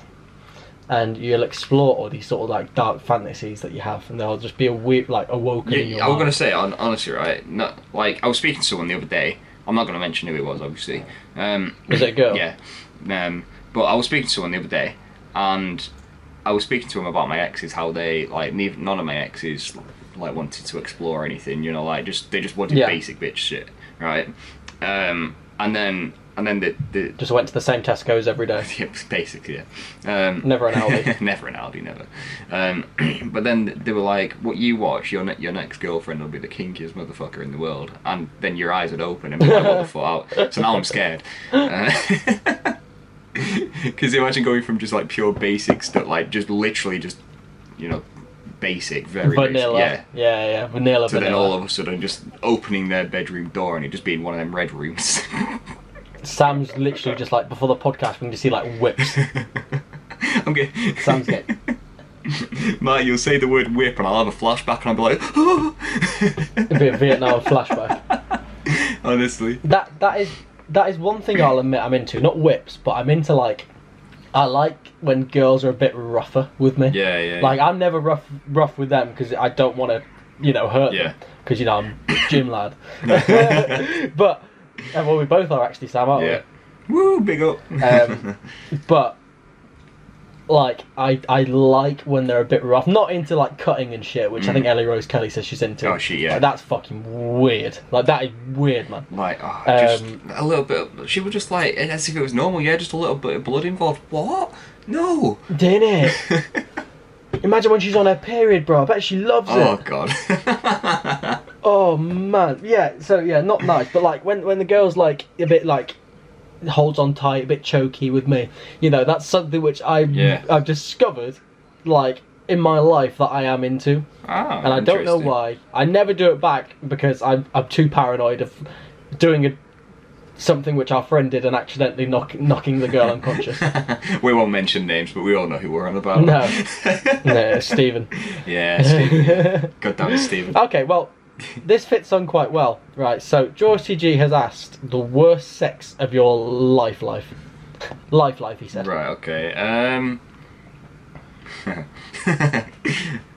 [SPEAKER 1] and you'll explore all these sort of like dark fantasies that you have, and they'll just be a weird like awoken. in your
[SPEAKER 2] Yeah, I was
[SPEAKER 1] mind.
[SPEAKER 2] gonna say hon- honestly, right? Not like I was speaking to someone the other day. I'm not gonna mention who it was, obviously. Um,
[SPEAKER 1] Was it a girl?
[SPEAKER 2] Yeah. Um, but I was speaking to someone the other day, and I was speaking to them about my exes, how they like neither, none of my exes like wanted to explore anything. You know, like just they just wanted
[SPEAKER 1] Yeah.
[SPEAKER 2] basic bitch shit, right? Um, and then and then the, the
[SPEAKER 1] Just went to the same Tesco's every day.
[SPEAKER 2] yeah, basically, yeah. Um,
[SPEAKER 1] Never an Aldi.
[SPEAKER 2] never an Aldi, never. Um, but then they were like, "What you watch, your ne- your next girlfriend will be the kinkiest motherfucker in the world," and then your eyes would open and be like, "What the fuck?" So now I'm scared. Because imagine going from just like pure basic stuff, like just literally just, you know, basic, very
[SPEAKER 1] vanilla.
[SPEAKER 2] basic, yeah.
[SPEAKER 1] yeah, yeah, vanilla.
[SPEAKER 2] So then
[SPEAKER 1] vanilla.
[SPEAKER 2] all of a sudden, just opening their bedroom door and it just being one of them red rooms.
[SPEAKER 1] Sam's literally just like before the podcast, we can just see like whips.
[SPEAKER 2] I'm good.
[SPEAKER 1] Sam's good.
[SPEAKER 2] Matt, you'll say the word whip and I'll have a flashback and I'll be like,
[SPEAKER 1] a bit of Vietnam flashback.
[SPEAKER 2] Honestly.
[SPEAKER 1] That that is that is one thing I'll admit I'm into. Not whips, but I'm into like I like when girls are a bit rougher with me.
[SPEAKER 2] Yeah, yeah.
[SPEAKER 1] Like I'm never rough rough with them because I don't want to, you know, hurt
[SPEAKER 2] Yeah.
[SPEAKER 1] Because you know I'm a gym lad. but uh, well, we both are actually Sam, aren't
[SPEAKER 2] yeah. Woo, big up.
[SPEAKER 1] we? Oh, Um, but like I I like when they're a bit rough. Not into like cutting and shit, which I think Ellie Rose Kelly says she's into.
[SPEAKER 2] Mm. Oh, she- yeah.
[SPEAKER 1] Like, that's fucking weird. Like that is weird, man.
[SPEAKER 2] like, oh, just
[SPEAKER 1] um,
[SPEAKER 2] a little bit. Of, she was just like, eh, as if it was normal, yeah, just a little bit of blood involved. What? No.
[SPEAKER 1] Did it? Imagine when she's on her period, bro. I bet she loves
[SPEAKER 2] Oh,
[SPEAKER 1] it.
[SPEAKER 2] God.
[SPEAKER 1] Oh man, yeah. So yeah, not nice, but like when when the girl's like a bit like holds on tight, a bit choky with me, you know, that's something which I
[SPEAKER 2] Yeah.
[SPEAKER 1] I've discovered, like in my life that I am into,
[SPEAKER 2] Ah,
[SPEAKER 1] and I don't know
[SPEAKER 2] interesting.
[SPEAKER 1] why. I never do it back because I'm I'm too paranoid of doing a, something which our friend did and accidentally knock, knocking the girl unconscious.
[SPEAKER 2] we won't mention names, but we all know who we're on about.
[SPEAKER 1] No. no, Stephen.
[SPEAKER 2] yeah, Stephen. God damn it, Stephen.
[SPEAKER 1] Okay, well, this fits on quite well, right? So George TG has asked the worst sex of your life, life, life, life. He said.
[SPEAKER 2] Right, okay. Um,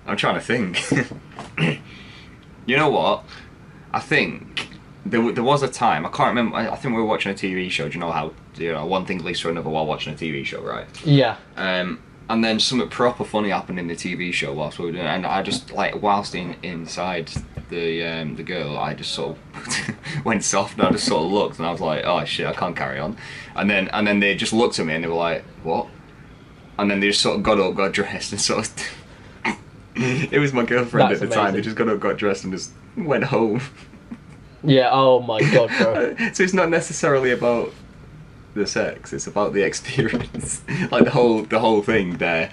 [SPEAKER 2] I'm trying to think. you know what? I think there, w- there was a time, I can't remember, I, I think we were watching a TV show. Do you know how, you know, one thing leads to another while watching a TV show, right?
[SPEAKER 1] Yeah.
[SPEAKER 2] Um, and then something proper funny happened in the TV show whilst we were doing it, and I just, like, whilst in, inside the um, the girl, I just sort of went soft and I just sort of looked and I was like, oh shit, I can't carry on. And then, and then they just looked at me and they were like, what? and then they just sort of got up, got dressed, and sort of. it was my girlfriend
[SPEAKER 1] That's
[SPEAKER 2] at the time. They
[SPEAKER 1] amazing.
[SPEAKER 2] just got up, got dressed, and just went home.
[SPEAKER 1] Yeah. Oh my god, bro.
[SPEAKER 2] so it's not necessarily about the sex; it's about the experience, like the whole the whole thing. There,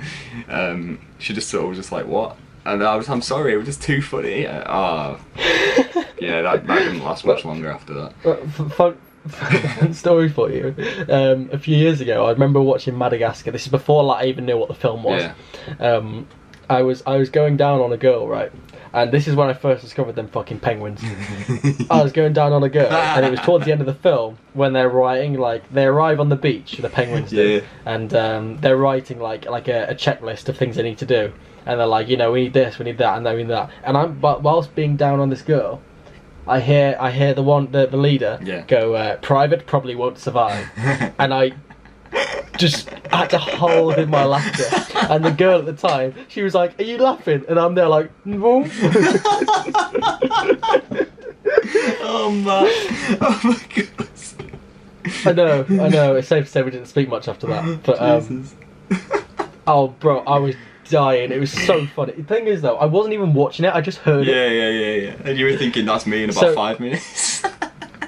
[SPEAKER 2] um, she just sort of was just like, "What?" And I was, "I'm sorry, it was just too funny." Uh, Ah, yeah, that, that didn't last much longer after that.
[SPEAKER 1] Uh, f- Fun, fun story for you. Um, a few years ago, I remember watching Madagascar. This is before like, I even knew what the film was.
[SPEAKER 2] Yeah.
[SPEAKER 1] Um, I was I was going down on a girl, right? And this is when I first discovered them fucking penguins. I was going down on a girl, and it was towards the end of the film when they're writing like they arrive on the beach, the penguins do,
[SPEAKER 2] Yeah.
[SPEAKER 1] and um, they're writing like like a, a checklist of things they need to do, and they're like, you know, we need this, we need that, and we need that, and I'm but whilst being down on this girl, I hear I hear the one the, the leader
[SPEAKER 2] Yeah.
[SPEAKER 1] go, uh, private probably won't survive, and I just had to hold in my laughter, and the girl at the time she was like, are you laughing? And I'm there like, no.
[SPEAKER 2] oh man! Oh my god!
[SPEAKER 1] I know, I know. It's safe to say we didn't speak much after that. But um,
[SPEAKER 2] Jesus.
[SPEAKER 1] oh, bro, I was dying. It was so funny. The thing is, though, I wasn't even watching it. I just heard it,
[SPEAKER 2] yeah, yeah, yeah, yeah. And you were thinking that's me in about
[SPEAKER 1] So-
[SPEAKER 2] five minutes.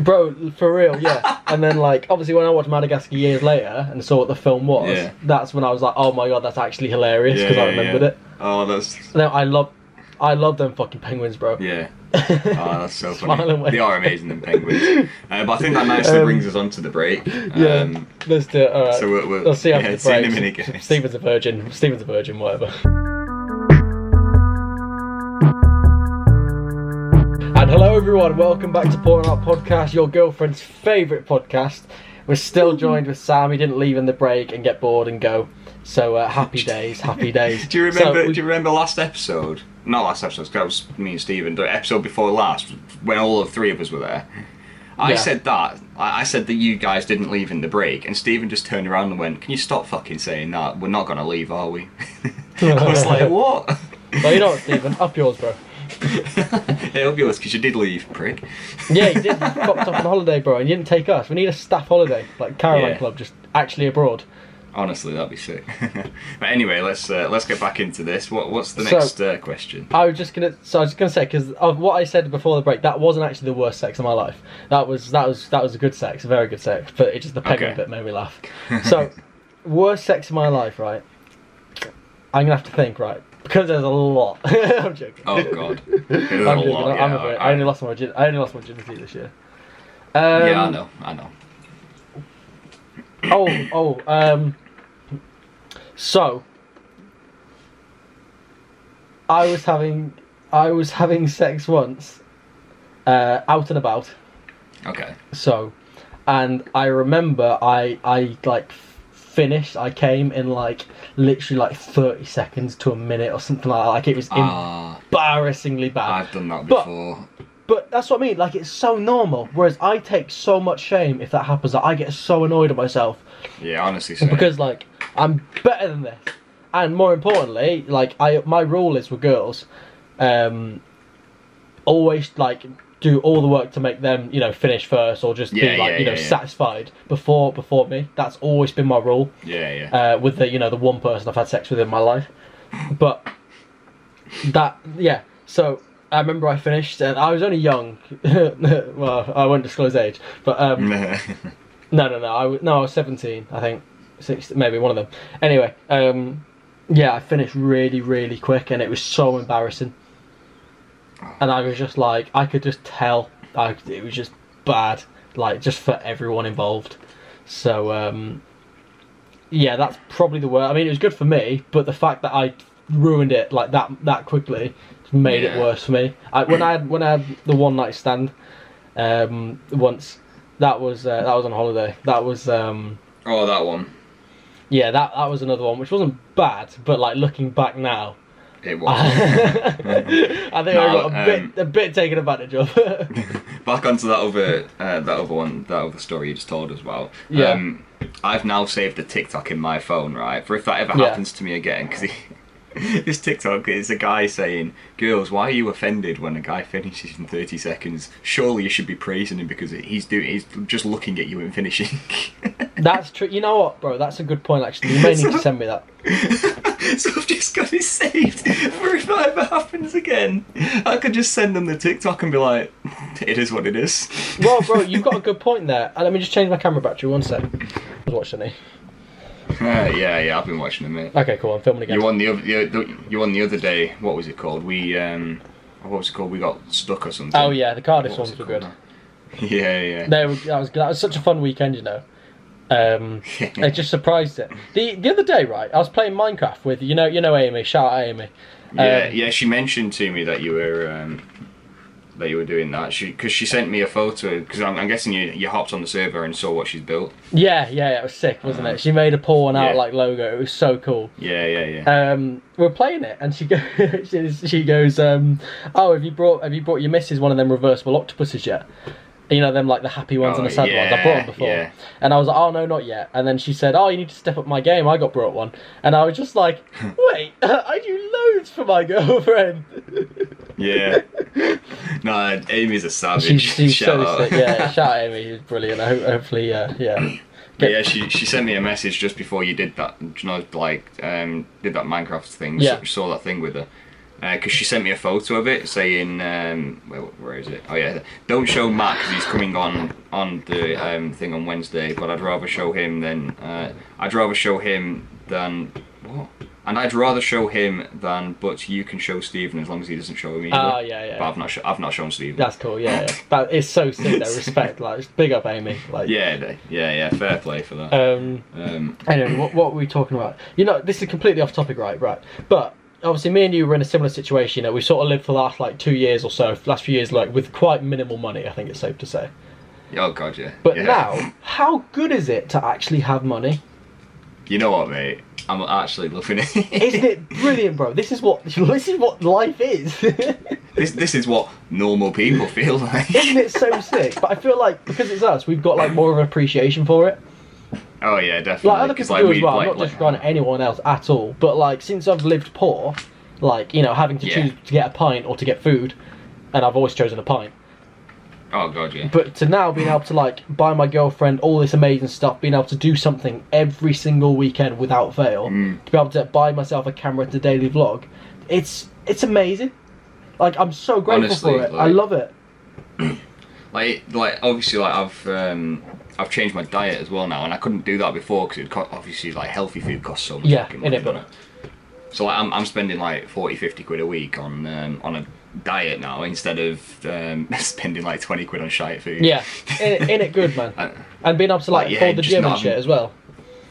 [SPEAKER 1] bro, for real. Yeah. and then, like, obviously, when I watched Madagascar years later and saw what the film was,
[SPEAKER 2] Yeah.
[SPEAKER 1] that's when I was like, oh my god, that's actually hilarious because
[SPEAKER 2] Yeah,
[SPEAKER 1] I
[SPEAKER 2] yeah,
[SPEAKER 1] remembered
[SPEAKER 2] yeah.
[SPEAKER 1] it.
[SPEAKER 2] Oh, that's
[SPEAKER 1] No, I love, I love them fucking penguins, bro.
[SPEAKER 2] yeah. Oh, that's so
[SPEAKER 1] Smiling
[SPEAKER 2] funny.
[SPEAKER 1] way.
[SPEAKER 2] They are amazing, them penguins. Uh, but I think that nicely
[SPEAKER 1] Um,
[SPEAKER 2] brings us on to the break.
[SPEAKER 1] Yeah,
[SPEAKER 2] Um,
[SPEAKER 1] let's do it. All right.
[SPEAKER 2] so we'll, we'll
[SPEAKER 1] I'll see you after
[SPEAKER 2] yeah,
[SPEAKER 1] the
[SPEAKER 2] see you in a
[SPEAKER 1] break.
[SPEAKER 2] minute, guys.
[SPEAKER 1] Steven's a virgin. Steven's a virgin. Whatever. And hello everyone. Welcome back to Porn Art Podcast, your girlfriend's favourite podcast. We're still joined with Sam. He didn't leave in the break and get bored and go. So uh, happy days, happy days.
[SPEAKER 2] Do you
[SPEAKER 1] So
[SPEAKER 2] remember?
[SPEAKER 1] we-
[SPEAKER 2] Do you remember last episode? Not last episode. 'cause That was me and Stephen. The episode before last, when all the three of us were there, I
[SPEAKER 1] Yeah.
[SPEAKER 2] said that. I I said that you guys didn't leave in the break, and Stephen just turned around and went, "Can you stop fucking saying that? We're not gonna leave, are we?" I was like, "What?"
[SPEAKER 1] well, you know what, Stephen? Up yours, bro.
[SPEAKER 2] It'll be us because you did leave, prick.
[SPEAKER 1] Yeah, you did. You popped off on holiday, bro, and you didn't take us. We need a staff holiday, like Caravan
[SPEAKER 2] Yeah.
[SPEAKER 1] Club, just actually abroad.
[SPEAKER 2] Honestly, that'd be sick. but anyway, let's uh, let's get back into this. What what's the
[SPEAKER 1] So-
[SPEAKER 2] next uh, question?
[SPEAKER 1] I was just gonna. So I was gonna say because of what I said before the break, that wasn't actually the worst sex of my life. That was that was that was a good sex, a very good sex. But it just the penguin
[SPEAKER 2] Okay.
[SPEAKER 1] bit made me laugh. So worst sex of my life, right? I'm gonna have to think, right? Because there's a lot. I'm joking.
[SPEAKER 2] Oh God,
[SPEAKER 1] I'm joking. I'm a bit- I only lost my virgin- I only lost my virginity this year. Um,
[SPEAKER 2] yeah, I know, I know.
[SPEAKER 1] Oh, oh. Um. So, I was having, I was having sex once, uh, out and about.
[SPEAKER 2] Okay.
[SPEAKER 1] So, and I remember I, I like f- finished. I came in like literally like thirty seconds to a minute or something like that. Like it was
[SPEAKER 2] Ah.
[SPEAKER 1] embarrassingly bad.
[SPEAKER 2] I've done that
[SPEAKER 1] But-
[SPEAKER 2] before.
[SPEAKER 1] But that's what I mean. Like it's so normal. Whereas I take so much shame if that happens. Like, I get so annoyed at myself.
[SPEAKER 2] yeah, honestly, same.
[SPEAKER 1] because like I'm better than this, and more importantly, like I my rule is with girls, um, always like do all the work to make them you know finish first or just
[SPEAKER 2] Yeah,
[SPEAKER 1] be like
[SPEAKER 2] yeah,
[SPEAKER 1] you know
[SPEAKER 2] yeah, yeah.
[SPEAKER 1] satisfied before before me. That's always been my rule
[SPEAKER 2] yeah, yeah,
[SPEAKER 1] uh, with the you know the one person I've had sex with in my life, but that yeah. So I remember I finished and I was only young. well, I won't disclose age, but um. No, no, no. I was, no, I was seventeen. I think six, maybe one of them. Anyway, um, yeah, I finished really, really quick, and it was so embarrassing. And I was just like, I could just tell. I, it was just bad, like just for everyone involved. So um, yeah, that's probably the worst. I mean, it was good for me, but the fact that I ruined it like that that quickly made it
[SPEAKER 2] Yeah.
[SPEAKER 1] worse for me. I, when I had when I had the one night stand um, once, that was uh, that was on holiday. That was um,
[SPEAKER 2] oh, that one.
[SPEAKER 1] yeah, that that was another one which wasn't bad, but like looking back now,
[SPEAKER 2] It
[SPEAKER 1] I
[SPEAKER 2] was.
[SPEAKER 1] think I
[SPEAKER 2] No,
[SPEAKER 1] got a
[SPEAKER 2] um,
[SPEAKER 1] bit a bit taken advantage of.
[SPEAKER 2] Back onto that other uh, that other one, that other story you just told as well.
[SPEAKER 1] Yeah.
[SPEAKER 2] Um, I've now saved a TikTok in my phone, right? For if that ever
[SPEAKER 1] Yeah.
[SPEAKER 2] happens to me again, because this TikTok is a guy saying, "Girls, why are you offended when a guy finishes in 30 seconds? Surely you should be praising him because he's doing he's just looking at you and finishing."
[SPEAKER 1] that's true. You know what, bro? That's a good point. Actually, you may need to send me that.
[SPEAKER 2] so I've just got it saved for if that ever happens again. I could just send them the TikTok and be like, it is what it is.
[SPEAKER 1] Well, bro, you've got a good point there. Uh, Let me just change my camera battery. One sec. I was watching it.
[SPEAKER 2] Uh, yeah, yeah, I've been watching them, mate.
[SPEAKER 1] Okay, cool. I'm filming again.
[SPEAKER 2] You won the other, the, the, you won the other day. What was it called? We um, what was it called? We got stuck or something.
[SPEAKER 1] oh yeah, the Cardiff
[SPEAKER 2] What was
[SPEAKER 1] ones
[SPEAKER 2] it
[SPEAKER 1] were
[SPEAKER 2] called
[SPEAKER 1] good.
[SPEAKER 2] now? Yeah, yeah.
[SPEAKER 1] They were, that was that was such a fun weekend, you know. Um, it just surprised it. The the other day, right? I was playing Minecraft with you know you know Amy. Shout out Amy.
[SPEAKER 2] yeah,
[SPEAKER 1] um,
[SPEAKER 2] yeah. She mentioned to me that you were um, that you were doing that. She because she sent me a photo because I'm, I'm guessing you you hopped on the server and saw what she's built.
[SPEAKER 1] Yeah, yeah, it was sick, wasn't it? She made a porn out
[SPEAKER 2] yeah.
[SPEAKER 1] like logo. It was so cool.
[SPEAKER 2] Yeah, yeah, yeah.
[SPEAKER 1] Um, we we're playing it, and she goes, she, she goes, um, "Oh, have you brought have you brought your missus one of them reversible octopuses yet?" You know them like the happy ones
[SPEAKER 2] Oh,
[SPEAKER 1] and the sad ones. I
[SPEAKER 2] yeah,
[SPEAKER 1] brought one before,
[SPEAKER 2] yeah.
[SPEAKER 1] and I was like, "Oh no, not yet." And then she said, "Oh, you need to step up my game." I got brought one, and I was just like, "Wait, I do loads for my girlfriend."
[SPEAKER 2] Yeah. no, Amy's a savage.
[SPEAKER 1] she's she's
[SPEAKER 2] Shout
[SPEAKER 1] so
[SPEAKER 2] out.
[SPEAKER 1] sick. Yeah, shout out Amy, she's brilliant. I hope, hopefully, uh, yeah.
[SPEAKER 2] But yeah, she she sent me a message just before you did that. You know, like um, did that Minecraft thing.
[SPEAKER 1] Yeah.
[SPEAKER 2] s- Saw that thing with her. Because she sent me a photo of it saying, um, where, where is it? Oh yeah, don't show Matt 'cause he's coming on on the um, thing on Wednesday. But I'd rather show him than uh, I'd rather show him than what? And I'd rather show him than. But you can show Stephen as long as he doesn't show me.
[SPEAKER 1] Oh, yeah, yeah.
[SPEAKER 2] But I've not sh- I've not shown Stephen.
[SPEAKER 1] That's cool, yeah. yeah. But it's so sick though, respect, like it's big up Amy. Like
[SPEAKER 2] yeah, they- yeah, yeah. Fair play for that.
[SPEAKER 1] um
[SPEAKER 2] um,
[SPEAKER 1] anyway, what what were we talking about? You know, this is completely off topic, right, right. But obviously me and you were in a similar situation, you know, we sort of lived for the last like two years or so, last few years like with quite minimal money, I think it's safe to say.
[SPEAKER 2] oh god, yeah.
[SPEAKER 1] But
[SPEAKER 2] yeah.
[SPEAKER 1] now, how good is it to actually have money?
[SPEAKER 2] You know what, mate? I'm actually loving it.
[SPEAKER 1] Isn't it brilliant, bro? This is what this is what life is.
[SPEAKER 2] this this is what normal people feel like.
[SPEAKER 1] Isn't it so sick? But I feel like because it's us, we've got like more of an appreciation for it.
[SPEAKER 2] Oh yeah, definitely.
[SPEAKER 1] like other
[SPEAKER 2] 'cause,
[SPEAKER 1] people do
[SPEAKER 2] we-
[SPEAKER 1] as well.
[SPEAKER 2] like-
[SPEAKER 1] I'm not
[SPEAKER 2] like-
[SPEAKER 1] just trying anyone else at all. But like since I've lived poor, like you know having to
[SPEAKER 2] Yeah.
[SPEAKER 1] choose to get a pint or to get food, and I've always chosen a pint.
[SPEAKER 2] Oh god, yeah.
[SPEAKER 1] But to now being able to like buy my girlfriend all this amazing stuff, being able to do something every single weekend without fail,
[SPEAKER 2] Mm.
[SPEAKER 1] to be able to buy myself a camera to daily vlog, it's it's amazing. Like I'm so grateful for
[SPEAKER 2] Honestly,
[SPEAKER 1] it. I
[SPEAKER 2] like-
[SPEAKER 1] love it.
[SPEAKER 2] Like like obviously like I've um I've changed my diet as well now, and I couldn't do that before because it co- obviously like healthy food costs so much
[SPEAKER 1] Yeah,
[SPEAKER 2] fucking
[SPEAKER 1] innit,
[SPEAKER 2] money.
[SPEAKER 1] but-
[SPEAKER 2] doesn't it? So like I'm I'm spending like 40, 50 quid a week on um, on a diet now instead of um, spending like twenty quid on shite food.
[SPEAKER 1] Yeah, in it, in it good, man.
[SPEAKER 2] Uh,
[SPEAKER 1] And being able to like
[SPEAKER 2] like, yeah,
[SPEAKER 1] afford the
[SPEAKER 2] just
[SPEAKER 1] gym and
[SPEAKER 2] not
[SPEAKER 1] shit
[SPEAKER 2] having-
[SPEAKER 1] as well.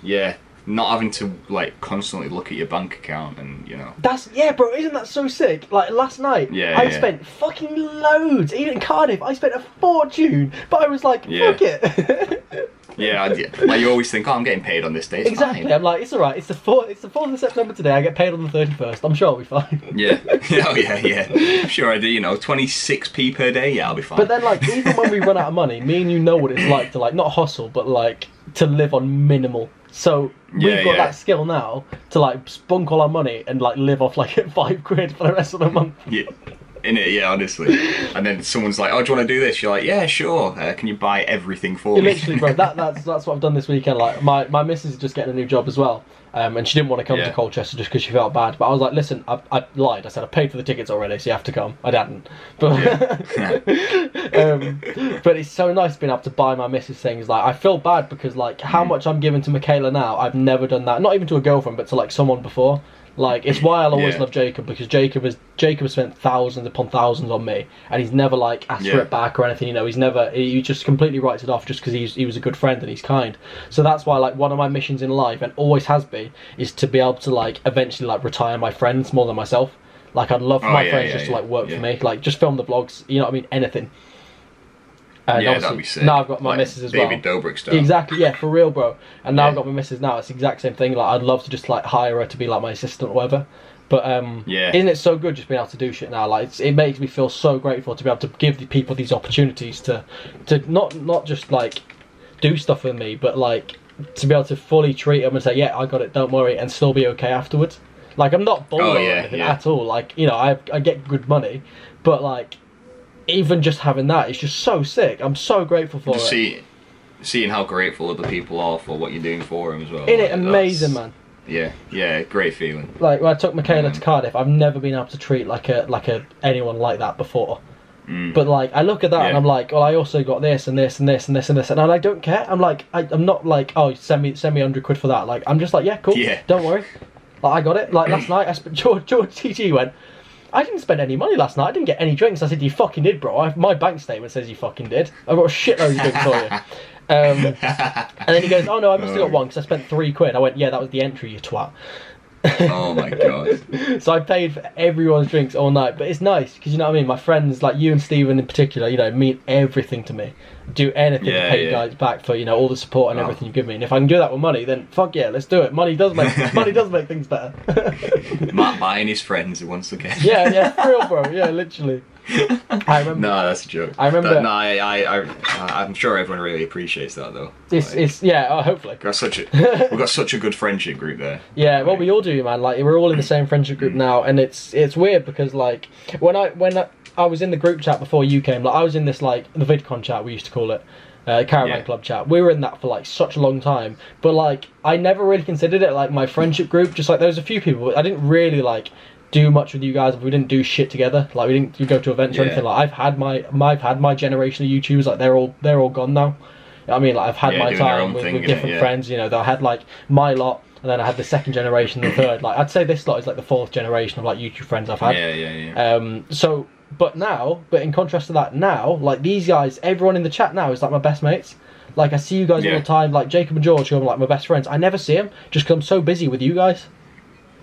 [SPEAKER 2] yeah. Not having to like constantly look at your bank account and you know.
[SPEAKER 1] That's yeah, bro. Isn't that so sick? Like last night,
[SPEAKER 2] Yeah,
[SPEAKER 1] I
[SPEAKER 2] yeah.
[SPEAKER 1] spent fucking loads. Even in Cardiff, I spent a fortune. But I was like,
[SPEAKER 2] Yeah.
[SPEAKER 1] fuck it.
[SPEAKER 2] Yeah, I d- like you always think, oh, I'm getting paid on this day. It's
[SPEAKER 1] exactly.
[SPEAKER 2] fine."
[SPEAKER 1] I'm like, it's all right. It's the fourth. It's the fourth of September today. I get paid on the thirty first. I'm sure I'll be fine.
[SPEAKER 2] Yeah. oh yeah, yeah. I'm sure I do. You know, 26p per day. Yeah, I'll be fine.
[SPEAKER 1] But then, like, even when we run out of money, me and you know what it's like to like not hustle, but like to live on minimal. So we've
[SPEAKER 2] Yeah,
[SPEAKER 1] got
[SPEAKER 2] yeah.
[SPEAKER 1] that skill now to like spunk all our money and like live off like five quid for the rest of the month.
[SPEAKER 2] yeah. In it, yeah, honestly. And then someone's like, "Oh, do you want to do this?" You're like, "Yeah, sure. Uh, can you buy everything for
[SPEAKER 1] Yeah,
[SPEAKER 2] me?"
[SPEAKER 1] literally, bro. That, that's that's what I've done this weekend. Like my, my missus is just getting a new job as well, um, and she didn't want to come to
[SPEAKER 2] Yeah.
[SPEAKER 1] Colchester just because she felt bad. But I was like, listen, I, I lied. I said I paid for the tickets already, so you have to come. I didn't. But um, but it's so nice being able to buy my missus things. Like I feel bad because like how
[SPEAKER 2] Mm.
[SPEAKER 1] much I'm giving to Michaela now, I've never done that. Not even to a girlfriend, but to like someone before. Like it's why I'll always
[SPEAKER 2] Yeah.
[SPEAKER 1] love Jacob because Jacob has Jacob has spent thousands upon thousands on me, and he's never like asked for
[SPEAKER 2] Yeah.
[SPEAKER 1] it back or anything. You know, he's never he just completely writes it off just because he's he was a good friend and he's kind. So that's why like one of my missions in life and always has been is to be able to like eventually like retire my friends more than myself. Like I'd love for
[SPEAKER 2] Oh,
[SPEAKER 1] my
[SPEAKER 2] yeah,
[SPEAKER 1] friends
[SPEAKER 2] yeah,
[SPEAKER 1] just
[SPEAKER 2] yeah,
[SPEAKER 1] to like work
[SPEAKER 2] yeah.
[SPEAKER 1] for me, like just film the vlogs. You know what I mean? Anything. And
[SPEAKER 2] yeah, that'd
[SPEAKER 1] obviously-
[SPEAKER 2] be sick.
[SPEAKER 1] Now I've got my
[SPEAKER 2] Like,
[SPEAKER 1] missus as well.
[SPEAKER 2] David Dobrik style.
[SPEAKER 1] Exactly, yeah, for real, bro. And now I've
[SPEAKER 2] Yeah.
[SPEAKER 1] got my missus now. It's the exact same thing. Like, I'd love to just like hire her to be like my assistant or whatever. But um,
[SPEAKER 2] Yeah.
[SPEAKER 1] isn't it so good just being able to do shit now? Like, it's, it makes me feel so grateful to be able to give the people these opportunities to, to not not just like do stuff with me, but like to be able to fully treat them and say, yeah, I got it, don't worry, and still be okay afterwards. Like, I'm not bored
[SPEAKER 2] Oh,
[SPEAKER 1] or
[SPEAKER 2] yeah,
[SPEAKER 1] anything
[SPEAKER 2] yeah.
[SPEAKER 1] at all. Like, you know, I I get good money, but like. Even just having that, it's just so sick. I'm so grateful for
[SPEAKER 2] Just
[SPEAKER 1] it.
[SPEAKER 2] see, seeing how grateful other people are for what you're doing for them as well.
[SPEAKER 1] Isn't
[SPEAKER 2] Like,
[SPEAKER 1] it amazing,
[SPEAKER 2] that's-
[SPEAKER 1] man?
[SPEAKER 2] Yeah, yeah, great feeling.
[SPEAKER 1] Like when I took Michaela to Cardiff, I've never been able to treat like a like a anyone like that before. But like I look at that and
[SPEAKER 2] Mm. Yeah.
[SPEAKER 1] I'm like, well, I also got this and this and this and this and this, and I don't care. I'm like, I, I'm not like, oh, send me send me hundred quid for that. Like I'm just like, yeah, cool,
[SPEAKER 2] Yeah.
[SPEAKER 1] don't worry. Like I got it. Like last night, I spent George George TG went. I didn't spend any money last night. I didn't get any drinks. I said you fucking did, bro. I, my bank statement says you fucking did. I've got a shitload of drinks for you. Um, and then he goes, oh no, I must have got one because I spent three quid. I went, yeah, that was the entry, you twat.
[SPEAKER 2] Oh my god.
[SPEAKER 1] So I paid for everyone's drinks all night, but it's nice because you know what I mean. My friends, like you and Steven in particular, you know, mean everything to me. Do anything to
[SPEAKER 2] Yeah,
[SPEAKER 1] pay you
[SPEAKER 2] yeah.
[SPEAKER 1] guys back for you know all the support and
[SPEAKER 2] Oh.
[SPEAKER 1] everything you give me. And if I can do that with money, then fuck yeah, let's do it. Money does make money does make things better.
[SPEAKER 2] Matt buying his friends once again.
[SPEAKER 1] yeah, yeah, for real, bro. Yeah, literally. I remember.
[SPEAKER 2] Nah, that's a joke.
[SPEAKER 1] I remember-
[SPEAKER 2] That, nah, I, I, I, I'm sure everyone really appreciates that though.
[SPEAKER 1] It's,
[SPEAKER 2] Like,
[SPEAKER 1] it's yeah. Oh, hopefully.
[SPEAKER 2] we've got such a we've got such a good friendship group there.
[SPEAKER 1] Yeah, well, we all do, man. Like we're all in the same friendship group now, and it's it's weird because like when I when I, I was in the group chat before you came, like I was in this like the VidCon chat we used to call it, uh, Caravan
[SPEAKER 2] Yeah.
[SPEAKER 1] Club chat. We were in that for like such a long time, but like I never really considered it like my friendship group. Just like there was a few people, but I didn't really like do much with you guys. We didn't do shit together. Like we didn't go to events or
[SPEAKER 2] Yeah.
[SPEAKER 1] anything. Like I've had my, my I've had my generation of YouTubers. Like they're all they're all gone now. I mean, like I've had
[SPEAKER 2] Yeah,
[SPEAKER 1] my
[SPEAKER 2] doing their own
[SPEAKER 1] time with,
[SPEAKER 2] thing,
[SPEAKER 1] with
[SPEAKER 2] innit?
[SPEAKER 1] different
[SPEAKER 2] Yeah.
[SPEAKER 1] friends. You know, that I had like my lot, and then I had the second generation, the third. Like I'd say this lot is like the fourth generation of like YouTube friends I've had.
[SPEAKER 2] Yeah, yeah, yeah.
[SPEAKER 1] Um. So, but now, but in contrast to that, now like these guys, everyone in the chat now is like my best mates. Like I see you guys all
[SPEAKER 2] Yeah.
[SPEAKER 1] the time. Like Jacob and George, who are like my best friends. I never see them just 'cause I'm so busy with you guys.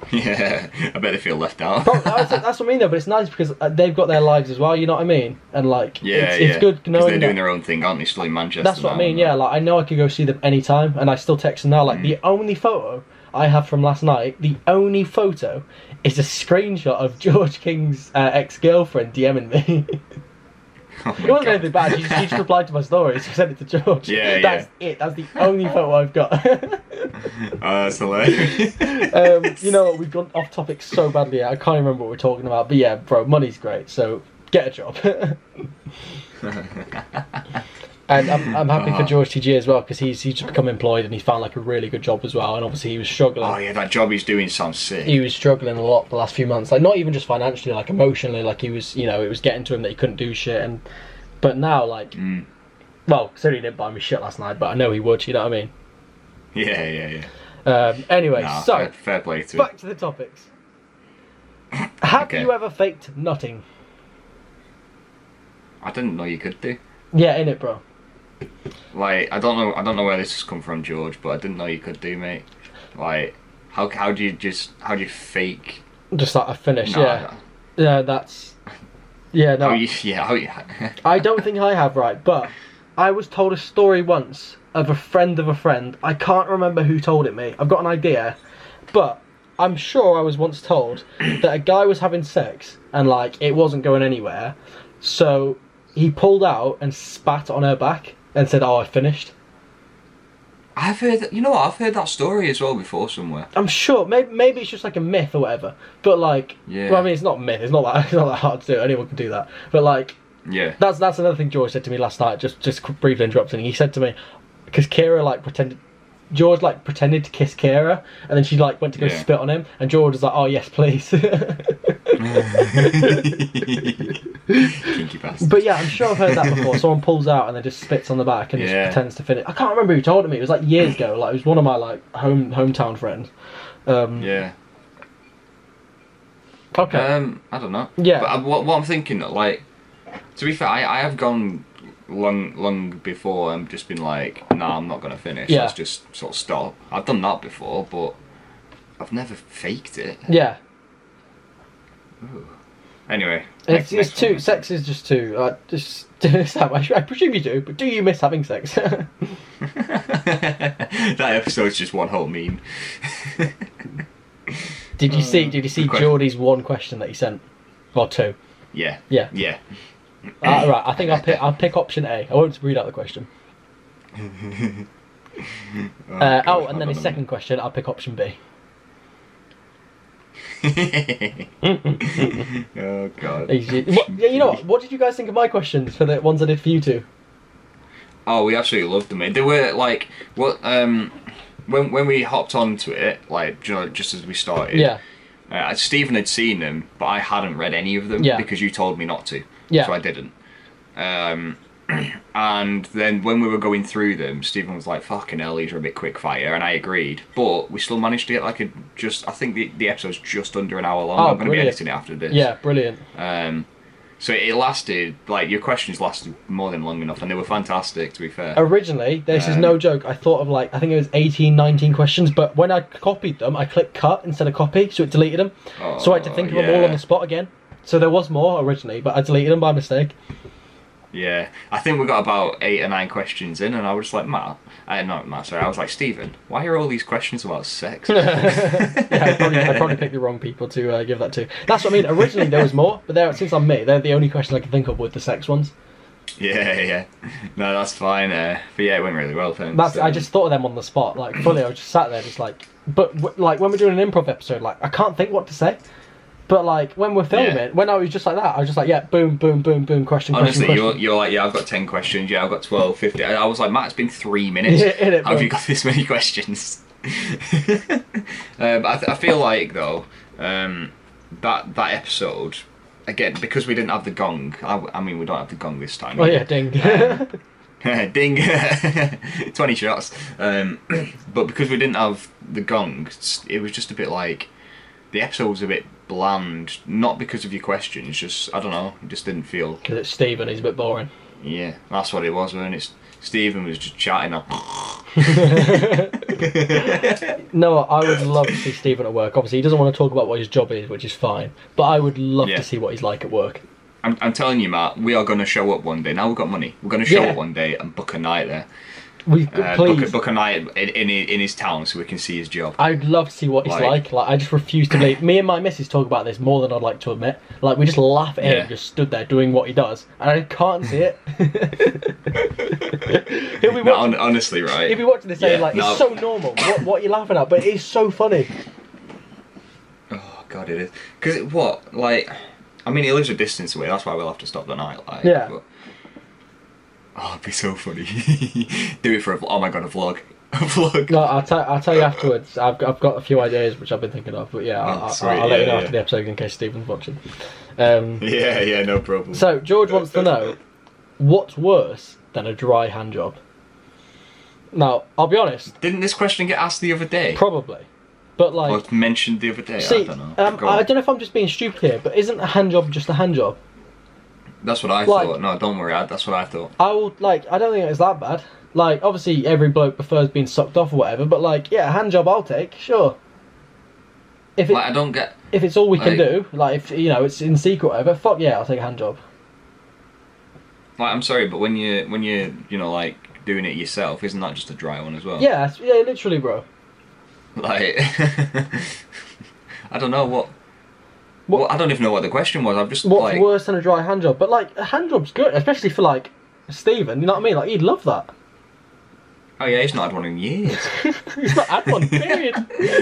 [SPEAKER 2] yeah, I bet they feel left out.
[SPEAKER 1] Bro, that's, that's what I mean though. But it's nice because uh, they've got their lives as well. You know what I mean? And like,
[SPEAKER 2] yeah,
[SPEAKER 1] it's,
[SPEAKER 2] yeah.
[SPEAKER 1] it's good
[SPEAKER 2] 'Cause
[SPEAKER 1] knowing
[SPEAKER 2] they're
[SPEAKER 1] that-
[SPEAKER 2] doing their own thing, aren't they? Still in Manchester.
[SPEAKER 1] That's what I
[SPEAKER 2] now,
[SPEAKER 1] mean,
[SPEAKER 2] and
[SPEAKER 1] yeah. Like I know I could go see them anytime, and I still text them now. Like
[SPEAKER 2] Mm.
[SPEAKER 1] the only photo I have from last night, the only photo is a screenshot of George King's uh, ex-girlfriend DMing me.
[SPEAKER 2] that. Oh my
[SPEAKER 1] it wasn't
[SPEAKER 2] God.
[SPEAKER 1] anything bad. She just, she just replied to my story. She sent it to George.
[SPEAKER 2] Yeah,
[SPEAKER 1] That's it. That's the only photo I've got.
[SPEAKER 2] Oh, that's hilarious.
[SPEAKER 1] um, you know, what, we've gone off topic so badly. I can't remember what we're talking about. But yeah, bro, money's great. So get a job. And I'm, I'm happy for
[SPEAKER 2] Uh-huh.
[SPEAKER 1] George TG as well because he's he's just become employed and he found like a really good job as well. And obviously he was struggling.
[SPEAKER 2] oh yeah, that job he's doing sounds sick.
[SPEAKER 1] He was struggling a lot the last few months, like not even just financially, like emotionally. Like he was, you know, it was getting to him that he couldn't do shit. And but now, like,
[SPEAKER 2] Mm.
[SPEAKER 1] well, certainly didn't buy me shit last night, but I know he would. You know what I mean?
[SPEAKER 2] Yeah, yeah, yeah.
[SPEAKER 1] Um, anyway,
[SPEAKER 2] Nah,
[SPEAKER 1] so
[SPEAKER 2] fair, fair play to him.
[SPEAKER 1] back to the topics. Have
[SPEAKER 2] Okay.
[SPEAKER 1] you ever faked nutting?
[SPEAKER 2] I didn't know you could do.
[SPEAKER 1] Yeah, in it, bro.
[SPEAKER 2] Like, I don't know, I don't know where this has come from, George, but I didn't know you could do, mate. Like, how how do you just how do you fake?
[SPEAKER 1] Just like a finish.
[SPEAKER 2] Nah,
[SPEAKER 1] yeah, yeah, that's. Yeah, no.
[SPEAKER 2] How you, yeah, how you,
[SPEAKER 1] I don't think I have, right? But I was told a story once of a friend of a friend. I can't remember who told it me. I've got an idea, but I'm sure I was once told that a guy was having sex and like it wasn't going anywhere, so he pulled out and spat on her back and said, "Oh, I finished."
[SPEAKER 2] I've heard, you know, what, I've heard that story as well before somewhere.
[SPEAKER 1] I'm sure. Maybe maybe it's just like a myth or whatever. But like,
[SPEAKER 2] Yeah.
[SPEAKER 1] well, I mean, it's not a myth. It's not that it's not that hard to do. Anyone can do that. But like,
[SPEAKER 2] Yeah.
[SPEAKER 1] That's that's another thing George said to me last night. Just just briefly interrupting. He said to me because Kira like pretended. George like pretended to kiss Kira, and then she like went to go
[SPEAKER 2] Yeah.
[SPEAKER 1] spit on him, and George was like, "Oh yes, please."
[SPEAKER 2] Kinky bastard.
[SPEAKER 1] but yeah, I'm sure I've heard that before. Someone pulls out and then just spits on the back and
[SPEAKER 2] Yeah.
[SPEAKER 1] just pretends to finish. I can't remember who told me. It was like years ago. Like it was one of my like home hometown friends. Um,
[SPEAKER 2] yeah.
[SPEAKER 1] Okay.
[SPEAKER 2] Um, I don't know.
[SPEAKER 1] Yeah.
[SPEAKER 2] But I, what, what I'm thinking, like, to be fair, I, I have gone long, long before and just been like, nah, I'm not gonna finish.
[SPEAKER 1] Yeah.
[SPEAKER 2] Let's just sort of stop. I've done that before, but I've never faked it.
[SPEAKER 1] yeah.
[SPEAKER 2] Anyway.
[SPEAKER 1] It's,
[SPEAKER 2] next-
[SPEAKER 1] it's
[SPEAKER 2] next one.
[SPEAKER 1] too sex is just too uh, just I presume you do, but do you miss having sex?
[SPEAKER 2] that episode's just one whole meme.
[SPEAKER 1] Did you see? Did you see
[SPEAKER 2] Uh, good question.
[SPEAKER 1] Geordie's one question that he sent, or two?
[SPEAKER 2] Yeah.
[SPEAKER 1] Yeah.
[SPEAKER 2] Yeah.
[SPEAKER 1] Uh, right. I think I'll pick. I'll pick option A. I won't read out the question. Uh,
[SPEAKER 2] gosh,
[SPEAKER 1] oh, and
[SPEAKER 2] I've
[SPEAKER 1] then
[SPEAKER 2] done
[SPEAKER 1] his
[SPEAKER 2] a
[SPEAKER 1] second question. I'll pick option B.
[SPEAKER 2] meme. Mm-hmm. oh god.
[SPEAKER 1] Easy. What, yeah, you know what? What did you guys think of my questions for the ones I did for you two?
[SPEAKER 2] Oh, we absolutely loved them. mate. They were like what um when when we hopped onto it, like ju- just as we started.
[SPEAKER 1] Yeah.
[SPEAKER 2] Uh, Stephen had seen them, but I hadn't read any of them
[SPEAKER 1] Yeah.
[SPEAKER 2] because you told me not to.
[SPEAKER 1] Yeah.
[SPEAKER 2] So I didn't. Um, and then when we were going through them, Stephen was like, "Fucking hell, these are a bit quick fire," and I agreed. But we still managed to get like a just. I think the the episode's just under an hour long.
[SPEAKER 1] Oh,
[SPEAKER 2] I'm going to be
[SPEAKER 1] brilliant.
[SPEAKER 2] editing it after this.
[SPEAKER 1] Yeah. Brilliant.
[SPEAKER 2] Um, so it lasted like your questions lasted more than long enough, and they were fantastic. To be fair.
[SPEAKER 1] Originally, this is no joke. I thought of like I think it was 18, 19 questions, but when I copied them, I clicked cut instead of copy, so it deleted them. so I had to
[SPEAKER 2] Oh,
[SPEAKER 1] think of them all on
[SPEAKER 2] yeah.
[SPEAKER 1] the spot again. So there was more originally, but I deleted them by mistake.
[SPEAKER 2] Yeah, I think we got about eight or nine questions in, and I was like, Matt, uh, not Matt, sorry, I was like, Stephen, why are all these questions about sex?
[SPEAKER 1] yeah, I probably, I probably picked the wrong people to uh, give that to. That's what I mean. Originally there was more, but there since I'm me, they're the only questions I can think of with the sex ones.
[SPEAKER 2] yeah, yeah. No, that's fine. Uh, but yeah, it went really well. Thanks.
[SPEAKER 1] That's I
[SPEAKER 2] Um,
[SPEAKER 1] just thought of them on the spot. Like fully, I was just sat there, just like. But w- like when we're doing an improv episode, like I can't think what to say. But like when we're filming,
[SPEAKER 2] Yeah.
[SPEAKER 1] when I was just like that, I was just like, yeah, boom, boom, boom, boom, question,
[SPEAKER 2] Honestly,
[SPEAKER 1] question,
[SPEAKER 2] you're,
[SPEAKER 1] question.
[SPEAKER 2] you're like, yeah, I've got 10 questions, yeah, I've got 12, 50. I I was like, Matt, it's been three minutes.
[SPEAKER 1] Yeah, innit,
[SPEAKER 2] How have
[SPEAKER 1] bro?
[SPEAKER 2] you got this many questions? um, I, th- I feel like, though, um, that that episode, again, because we didn't have the gong, I, w- I mean, we don't have the gong this time.
[SPEAKER 1] Oh yeah, ding.
[SPEAKER 2] Ding! 20 shots. Um, but because we didn't have the gong, s- it was just a bit like. The episode was a bit bland, not because of your questions, just, I don't know, it just didn't feel
[SPEAKER 1] Because it's Steven, he's a bit boring.
[SPEAKER 2] yeah, that's what it was, man. It's Stephen was just chatting up.
[SPEAKER 1] No, I would love to see Steven at work. Obviously, he doesn't want to talk about what his job is, which is fine. But I would love
[SPEAKER 2] Yeah.
[SPEAKER 1] to see what he's like at work.
[SPEAKER 2] I'm, I'm telling you, Matt, we are going to show up one day. Now we've got money. We're going to show
[SPEAKER 1] Yeah.
[SPEAKER 2] up one day and book a night there.
[SPEAKER 1] We
[SPEAKER 2] Uh, book,
[SPEAKER 1] please.
[SPEAKER 2] a, book a night in, in, his- in his town so we can see his job.
[SPEAKER 1] I'd love to see what he's
[SPEAKER 2] Like-
[SPEAKER 1] like. Like, I just refuse to believe. Me and my missus talk about this more than I'd like to admit. Like, we just laugh at
[SPEAKER 2] Yeah.
[SPEAKER 1] him, just stood there doing what he does, and I can't see it. he'll be
[SPEAKER 2] No,
[SPEAKER 1] watching.
[SPEAKER 2] hon- honestly,
[SPEAKER 1] He'll be
[SPEAKER 2] right?
[SPEAKER 1] watching this saying
[SPEAKER 2] Yeah,
[SPEAKER 1] like,
[SPEAKER 2] no.
[SPEAKER 1] it's so normal. What, what are you laughing at? But it is so funny.
[SPEAKER 2] Oh, God, it is. Because what? Like, I mean, he lives a distance away. That's why we'll have to stop the night. Like,
[SPEAKER 1] Yeah.
[SPEAKER 2] but- oh, it'd be so funny. Do it for a vlog. Oh, my God, a vlog. A vlog.
[SPEAKER 1] No, I'll, tell I'll tell you afterwards. I've, got- I've got a few ideas which I've been thinking of, but yeah,
[SPEAKER 2] Oh,
[SPEAKER 1] I'll,
[SPEAKER 2] sweet,
[SPEAKER 1] I'll, I'll let you
[SPEAKER 2] yeah,
[SPEAKER 1] know
[SPEAKER 2] yeah.
[SPEAKER 1] after the episode in case Stephen's watching. Um,
[SPEAKER 2] Yeah, yeah, no problem.
[SPEAKER 1] So George wants to know what's worse than a dry hand job. Now, I'll be honest,
[SPEAKER 2] Didn't this question get asked the other day?
[SPEAKER 1] probably, but
[SPEAKER 2] I
[SPEAKER 1] like,
[SPEAKER 2] was mentioned the other day. I
[SPEAKER 1] see,
[SPEAKER 2] don't know.
[SPEAKER 1] um,
[SPEAKER 2] Go on.
[SPEAKER 1] I don't know if I'm just being stupid here, but isn't a hand job just a hand job?
[SPEAKER 2] That's what I
[SPEAKER 1] like-
[SPEAKER 2] thought. No, don't worry. I, that's what I thought.
[SPEAKER 1] I would like, I don't think it's that bad. Like, obviously, every bloke prefers being sucked off or whatever, but like, yeah, a hand job I'll take, sure. If it,
[SPEAKER 2] Like I don't get.
[SPEAKER 1] if it's all we can
[SPEAKER 2] like-
[SPEAKER 1] do, like if you know it's in secret, or whatever, fuck yeah, I'll take a hand job.
[SPEAKER 2] Like I'm sorry, but when you when you you know like doing it yourself, isn't that just a dry one as well?
[SPEAKER 1] Yeah, it's- yeah, literally, bro.
[SPEAKER 2] Like I don't know what.
[SPEAKER 1] What-
[SPEAKER 2] What? I don't even know what the question was. I'm just
[SPEAKER 1] What's
[SPEAKER 2] like
[SPEAKER 1] worse than a dry hand job? But like a hand job's good, especially for like Steven, you know what I mean? Like he'd love that.
[SPEAKER 2] oh yeah, he's not had one in years.
[SPEAKER 1] He's not had one, period.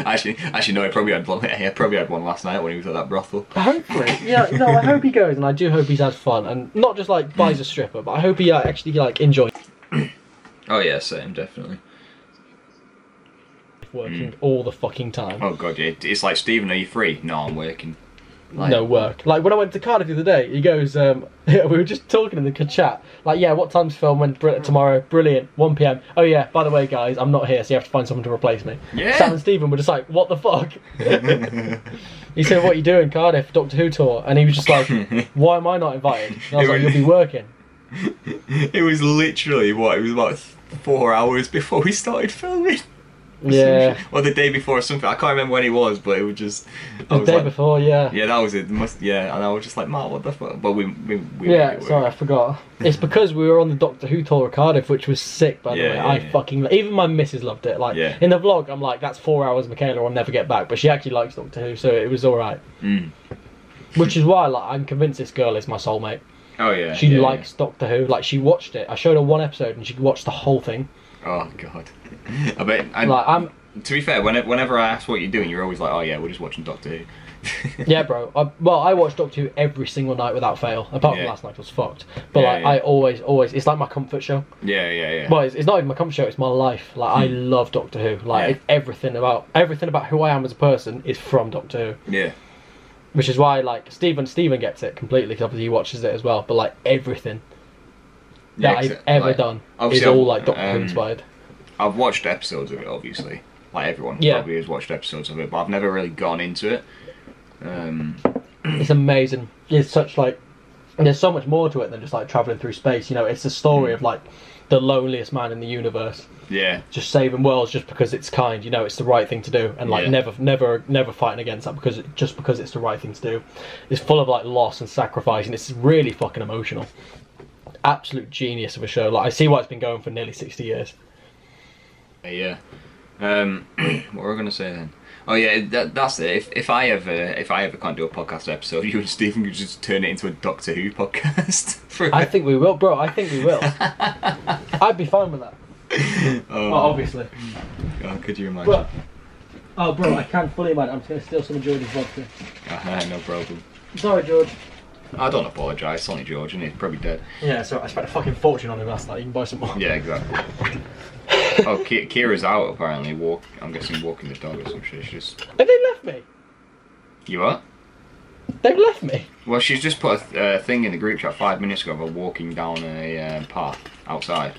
[SPEAKER 2] actually, actually no, he probably had one. He probably had one last night when he was at that brothel.
[SPEAKER 1] Hopefully. Yeah, no, I hope he goes and I do hope he's had fun and not just like buys a stripper, but I hope he like, actually like enjoys
[SPEAKER 2] Oh yeah, same definitely.
[SPEAKER 1] working all the fucking time.
[SPEAKER 2] Mm. Oh god, yeah. It's like Stephen, are you free? No, I'm working. Like,
[SPEAKER 1] no work. Like when I went to Cardiff the other day, he goes, um, we were just talking in the ca- chat, like, yeah, what time's film when br- tomorrow? Brilliant, 1 pm. Oh, yeah, by the way, guys, I'm not here, so you have to find someone to replace me.
[SPEAKER 2] Yeah.
[SPEAKER 1] Sam and Stephen were just like, what the fuck? he said, what you doing, Cardiff, Doctor Who tour? And he was just like, why am I not invited? And I was
[SPEAKER 2] It
[SPEAKER 1] like,
[SPEAKER 2] was-
[SPEAKER 1] you'll be working.
[SPEAKER 2] It was literally what it was about four hours before we started filming.
[SPEAKER 1] Yeah.
[SPEAKER 2] Or the day before or something. I can't remember when it was, but it was just. I
[SPEAKER 1] The
[SPEAKER 2] was
[SPEAKER 1] day
[SPEAKER 2] like,
[SPEAKER 1] before, yeah.
[SPEAKER 2] Yeah, that was it. Must yeah, and I was just like, Matt, what the fuck? But we we we
[SPEAKER 1] Yeah,
[SPEAKER 2] made it work.
[SPEAKER 1] sorry, I forgot. It's because we were on the Doctor Who tour of Cardiff, which was sick. By the
[SPEAKER 2] Yeah,
[SPEAKER 1] way,
[SPEAKER 2] yeah,
[SPEAKER 1] I
[SPEAKER 2] yeah.
[SPEAKER 1] fucking even my missus loved it. Like
[SPEAKER 2] Yeah.
[SPEAKER 1] in the vlog, I'm like, that's four hours, Michaela. I'll never get back. But she actually likes Doctor Who, so it was all right.
[SPEAKER 2] Mm.
[SPEAKER 1] Which is why, like, I'm convinced this girl is my soulmate.
[SPEAKER 2] Oh yeah.
[SPEAKER 1] She
[SPEAKER 2] yeah, yeah.
[SPEAKER 1] likes Doctor Who. Like, she watched it. I showed her one episode, and she watched the whole thing.
[SPEAKER 2] Oh god. I bet. I,
[SPEAKER 1] Like, I'm,
[SPEAKER 2] to be fair, whenever, whenever I ask what you're doing, you're always like, oh yeah, we're just watching Doctor Who.
[SPEAKER 1] yeah, bro. I, well, I watch Doctor Who every single night without fail. Apart from
[SPEAKER 2] Yeah.
[SPEAKER 1] last night, I was fucked. But
[SPEAKER 2] Yeah,
[SPEAKER 1] like,
[SPEAKER 2] yeah.
[SPEAKER 1] I always, always, it's like my comfort show.
[SPEAKER 2] Yeah, yeah, yeah. Hmm.
[SPEAKER 1] Well, it's, it's not even my comfort show; it's my life. Like I love Doctor Who. Like
[SPEAKER 2] Yeah.
[SPEAKER 1] it's everything about everything about who I am as a person is from Doctor Who,
[SPEAKER 2] yeah.
[SPEAKER 1] which is why like Stephen Stephen gets it completely because obviously he watches it as well. But like everything
[SPEAKER 2] Yeah,
[SPEAKER 1] that I've
[SPEAKER 2] exa-
[SPEAKER 1] ever
[SPEAKER 2] like,
[SPEAKER 1] done is
[SPEAKER 2] obviously
[SPEAKER 1] all
[SPEAKER 2] I've-
[SPEAKER 1] like Doctor Who
[SPEAKER 2] um,
[SPEAKER 1] inspired.
[SPEAKER 2] I've watched episodes of it, obviously. Like everyone
[SPEAKER 1] Yeah.
[SPEAKER 2] probably has watched episodes of it, but I've never really gone into it. Um,
[SPEAKER 1] It's amazing. It's such like and there's so much more to it than just like traveling through space. You know, it's the
[SPEAKER 2] Hmm.
[SPEAKER 1] story of like the loneliest man in the universe
[SPEAKER 2] yeah,
[SPEAKER 1] just saving worlds just because it's kind you know it's the right thing to do and like
[SPEAKER 2] Yeah.
[SPEAKER 1] never never never fighting against that because it, just because it's the right thing to do it's full of like loss and sacrifice and it's really fucking emotional absolute genius of a show. Like I see why it's been going for nearly sixty years.
[SPEAKER 2] Yeah. Um, what were we gonna say then? Oh yeah, that, that's it. If, if I ever if I ever can't do a podcast episode, you and Stephen could just turn it into a Doctor Who podcast. for a
[SPEAKER 1] I
[SPEAKER 2] bit.
[SPEAKER 1] think we will, bro. I think we will. I'd be fine with that.
[SPEAKER 2] oh,
[SPEAKER 1] Well, obviously.
[SPEAKER 2] oh, could you imagine?
[SPEAKER 1] But oh, bro, I can't fully imagine. I'm just gonna steal some of George's vodka.
[SPEAKER 2] Uh-huh, no problem.
[SPEAKER 1] Sorry, George.
[SPEAKER 2] I don't apologise. Sonny George, and he's probably dead.
[SPEAKER 1] Yeah, so I spent a fucking fortune on him last night. You can buy some more.
[SPEAKER 2] Yeah, exactly. oh, Ki- Kira's out apparently. Walk. I'm guessing walking the dog or some shit. She's just
[SPEAKER 1] Have they left me?
[SPEAKER 2] you are.
[SPEAKER 1] They've left me.
[SPEAKER 2] Well, she's just put a th- uh, thing in the group chat five minutes ago of her walking down a uh, path outside.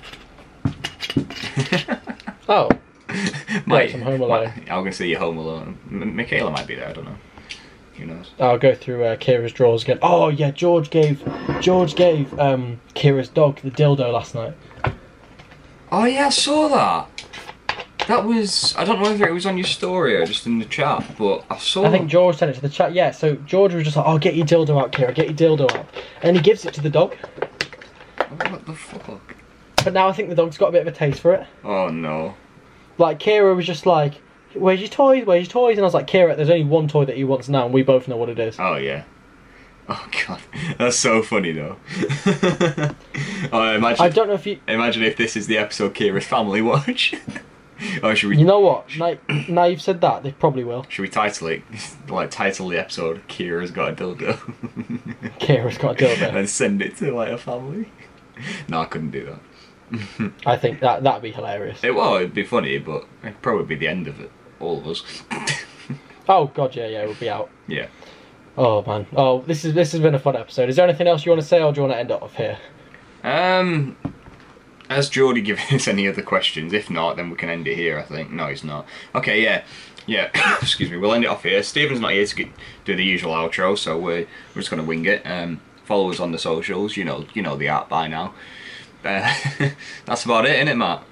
[SPEAKER 1] Oh,
[SPEAKER 2] Mate,
[SPEAKER 1] from Home Alone.
[SPEAKER 2] mi- I was gonna say you're home alone. M- Michaela might be there. I don't know. Who knows?
[SPEAKER 1] I'll go through uh, Kira's drawers again. Oh yeah, George gave George gave um, Kira's dog the dildo last night.
[SPEAKER 2] Oh yeah, I saw that. That was I don't know whether it was on your story or just in the chat, but I saw.
[SPEAKER 1] I think George sent it to the chat. Yeah, so George was just like, "Oh, get your dildo out, Kira. Get your dildo out," and he gives it to the dog.
[SPEAKER 2] Oh, what the fuck?
[SPEAKER 1] But now I think the dog's got a bit of a taste for it.
[SPEAKER 2] Oh no.
[SPEAKER 1] Like Kira was just like, "Where's your toys? Where's your toys?" And I was like, "Kira, there's only one toy that he wants now, and we both know what it is."
[SPEAKER 2] Oh yeah. Oh god, that's so funny though. oh, imagine.
[SPEAKER 1] I don't know if you.
[SPEAKER 2] Imagine if this is the episode Kira's family watch. oh, should we?
[SPEAKER 1] You know what? Now, now you've said that, they probably will.
[SPEAKER 2] Should we title it? Like title the episode Kira's got a dildo.
[SPEAKER 1] Kira's got a dildo.
[SPEAKER 2] and send it to like a family. No, I couldn't do that.
[SPEAKER 1] I think that that'd be hilarious.
[SPEAKER 2] It well, it'd be funny, but it'd probably be the end of it. All of us.
[SPEAKER 1] Oh god, yeah, yeah, we'll be out.
[SPEAKER 2] yeah.
[SPEAKER 1] Oh man. Oh, this is this has been a fun episode. Is there anything else you want to say, or do you want to end up off here?
[SPEAKER 2] Um. Has Geordie given us any other questions? If not, then we can end it here, I think. No, he's not. Okay, yeah. Yeah, excuse me. We'll end it off here. Stephen's not here to get, do the usual outro, so we're, we're just going to wing it. Um, follow us on the socials. You know you know the app by now. Uh, that's about it, innit, Matt?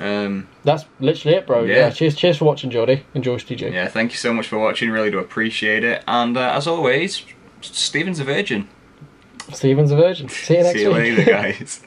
[SPEAKER 2] Um,
[SPEAKER 1] That's literally it, bro. Yeah.
[SPEAKER 2] Yeah.
[SPEAKER 1] cheers, cheers for watching, Jordy and George TJ.
[SPEAKER 2] yeah, thank you so much for watching. Really do appreciate it. And uh, as always, Stephen's a virgin.
[SPEAKER 1] Stephen's a virgin. See you next
[SPEAKER 2] See you
[SPEAKER 1] week.
[SPEAKER 2] later, guys.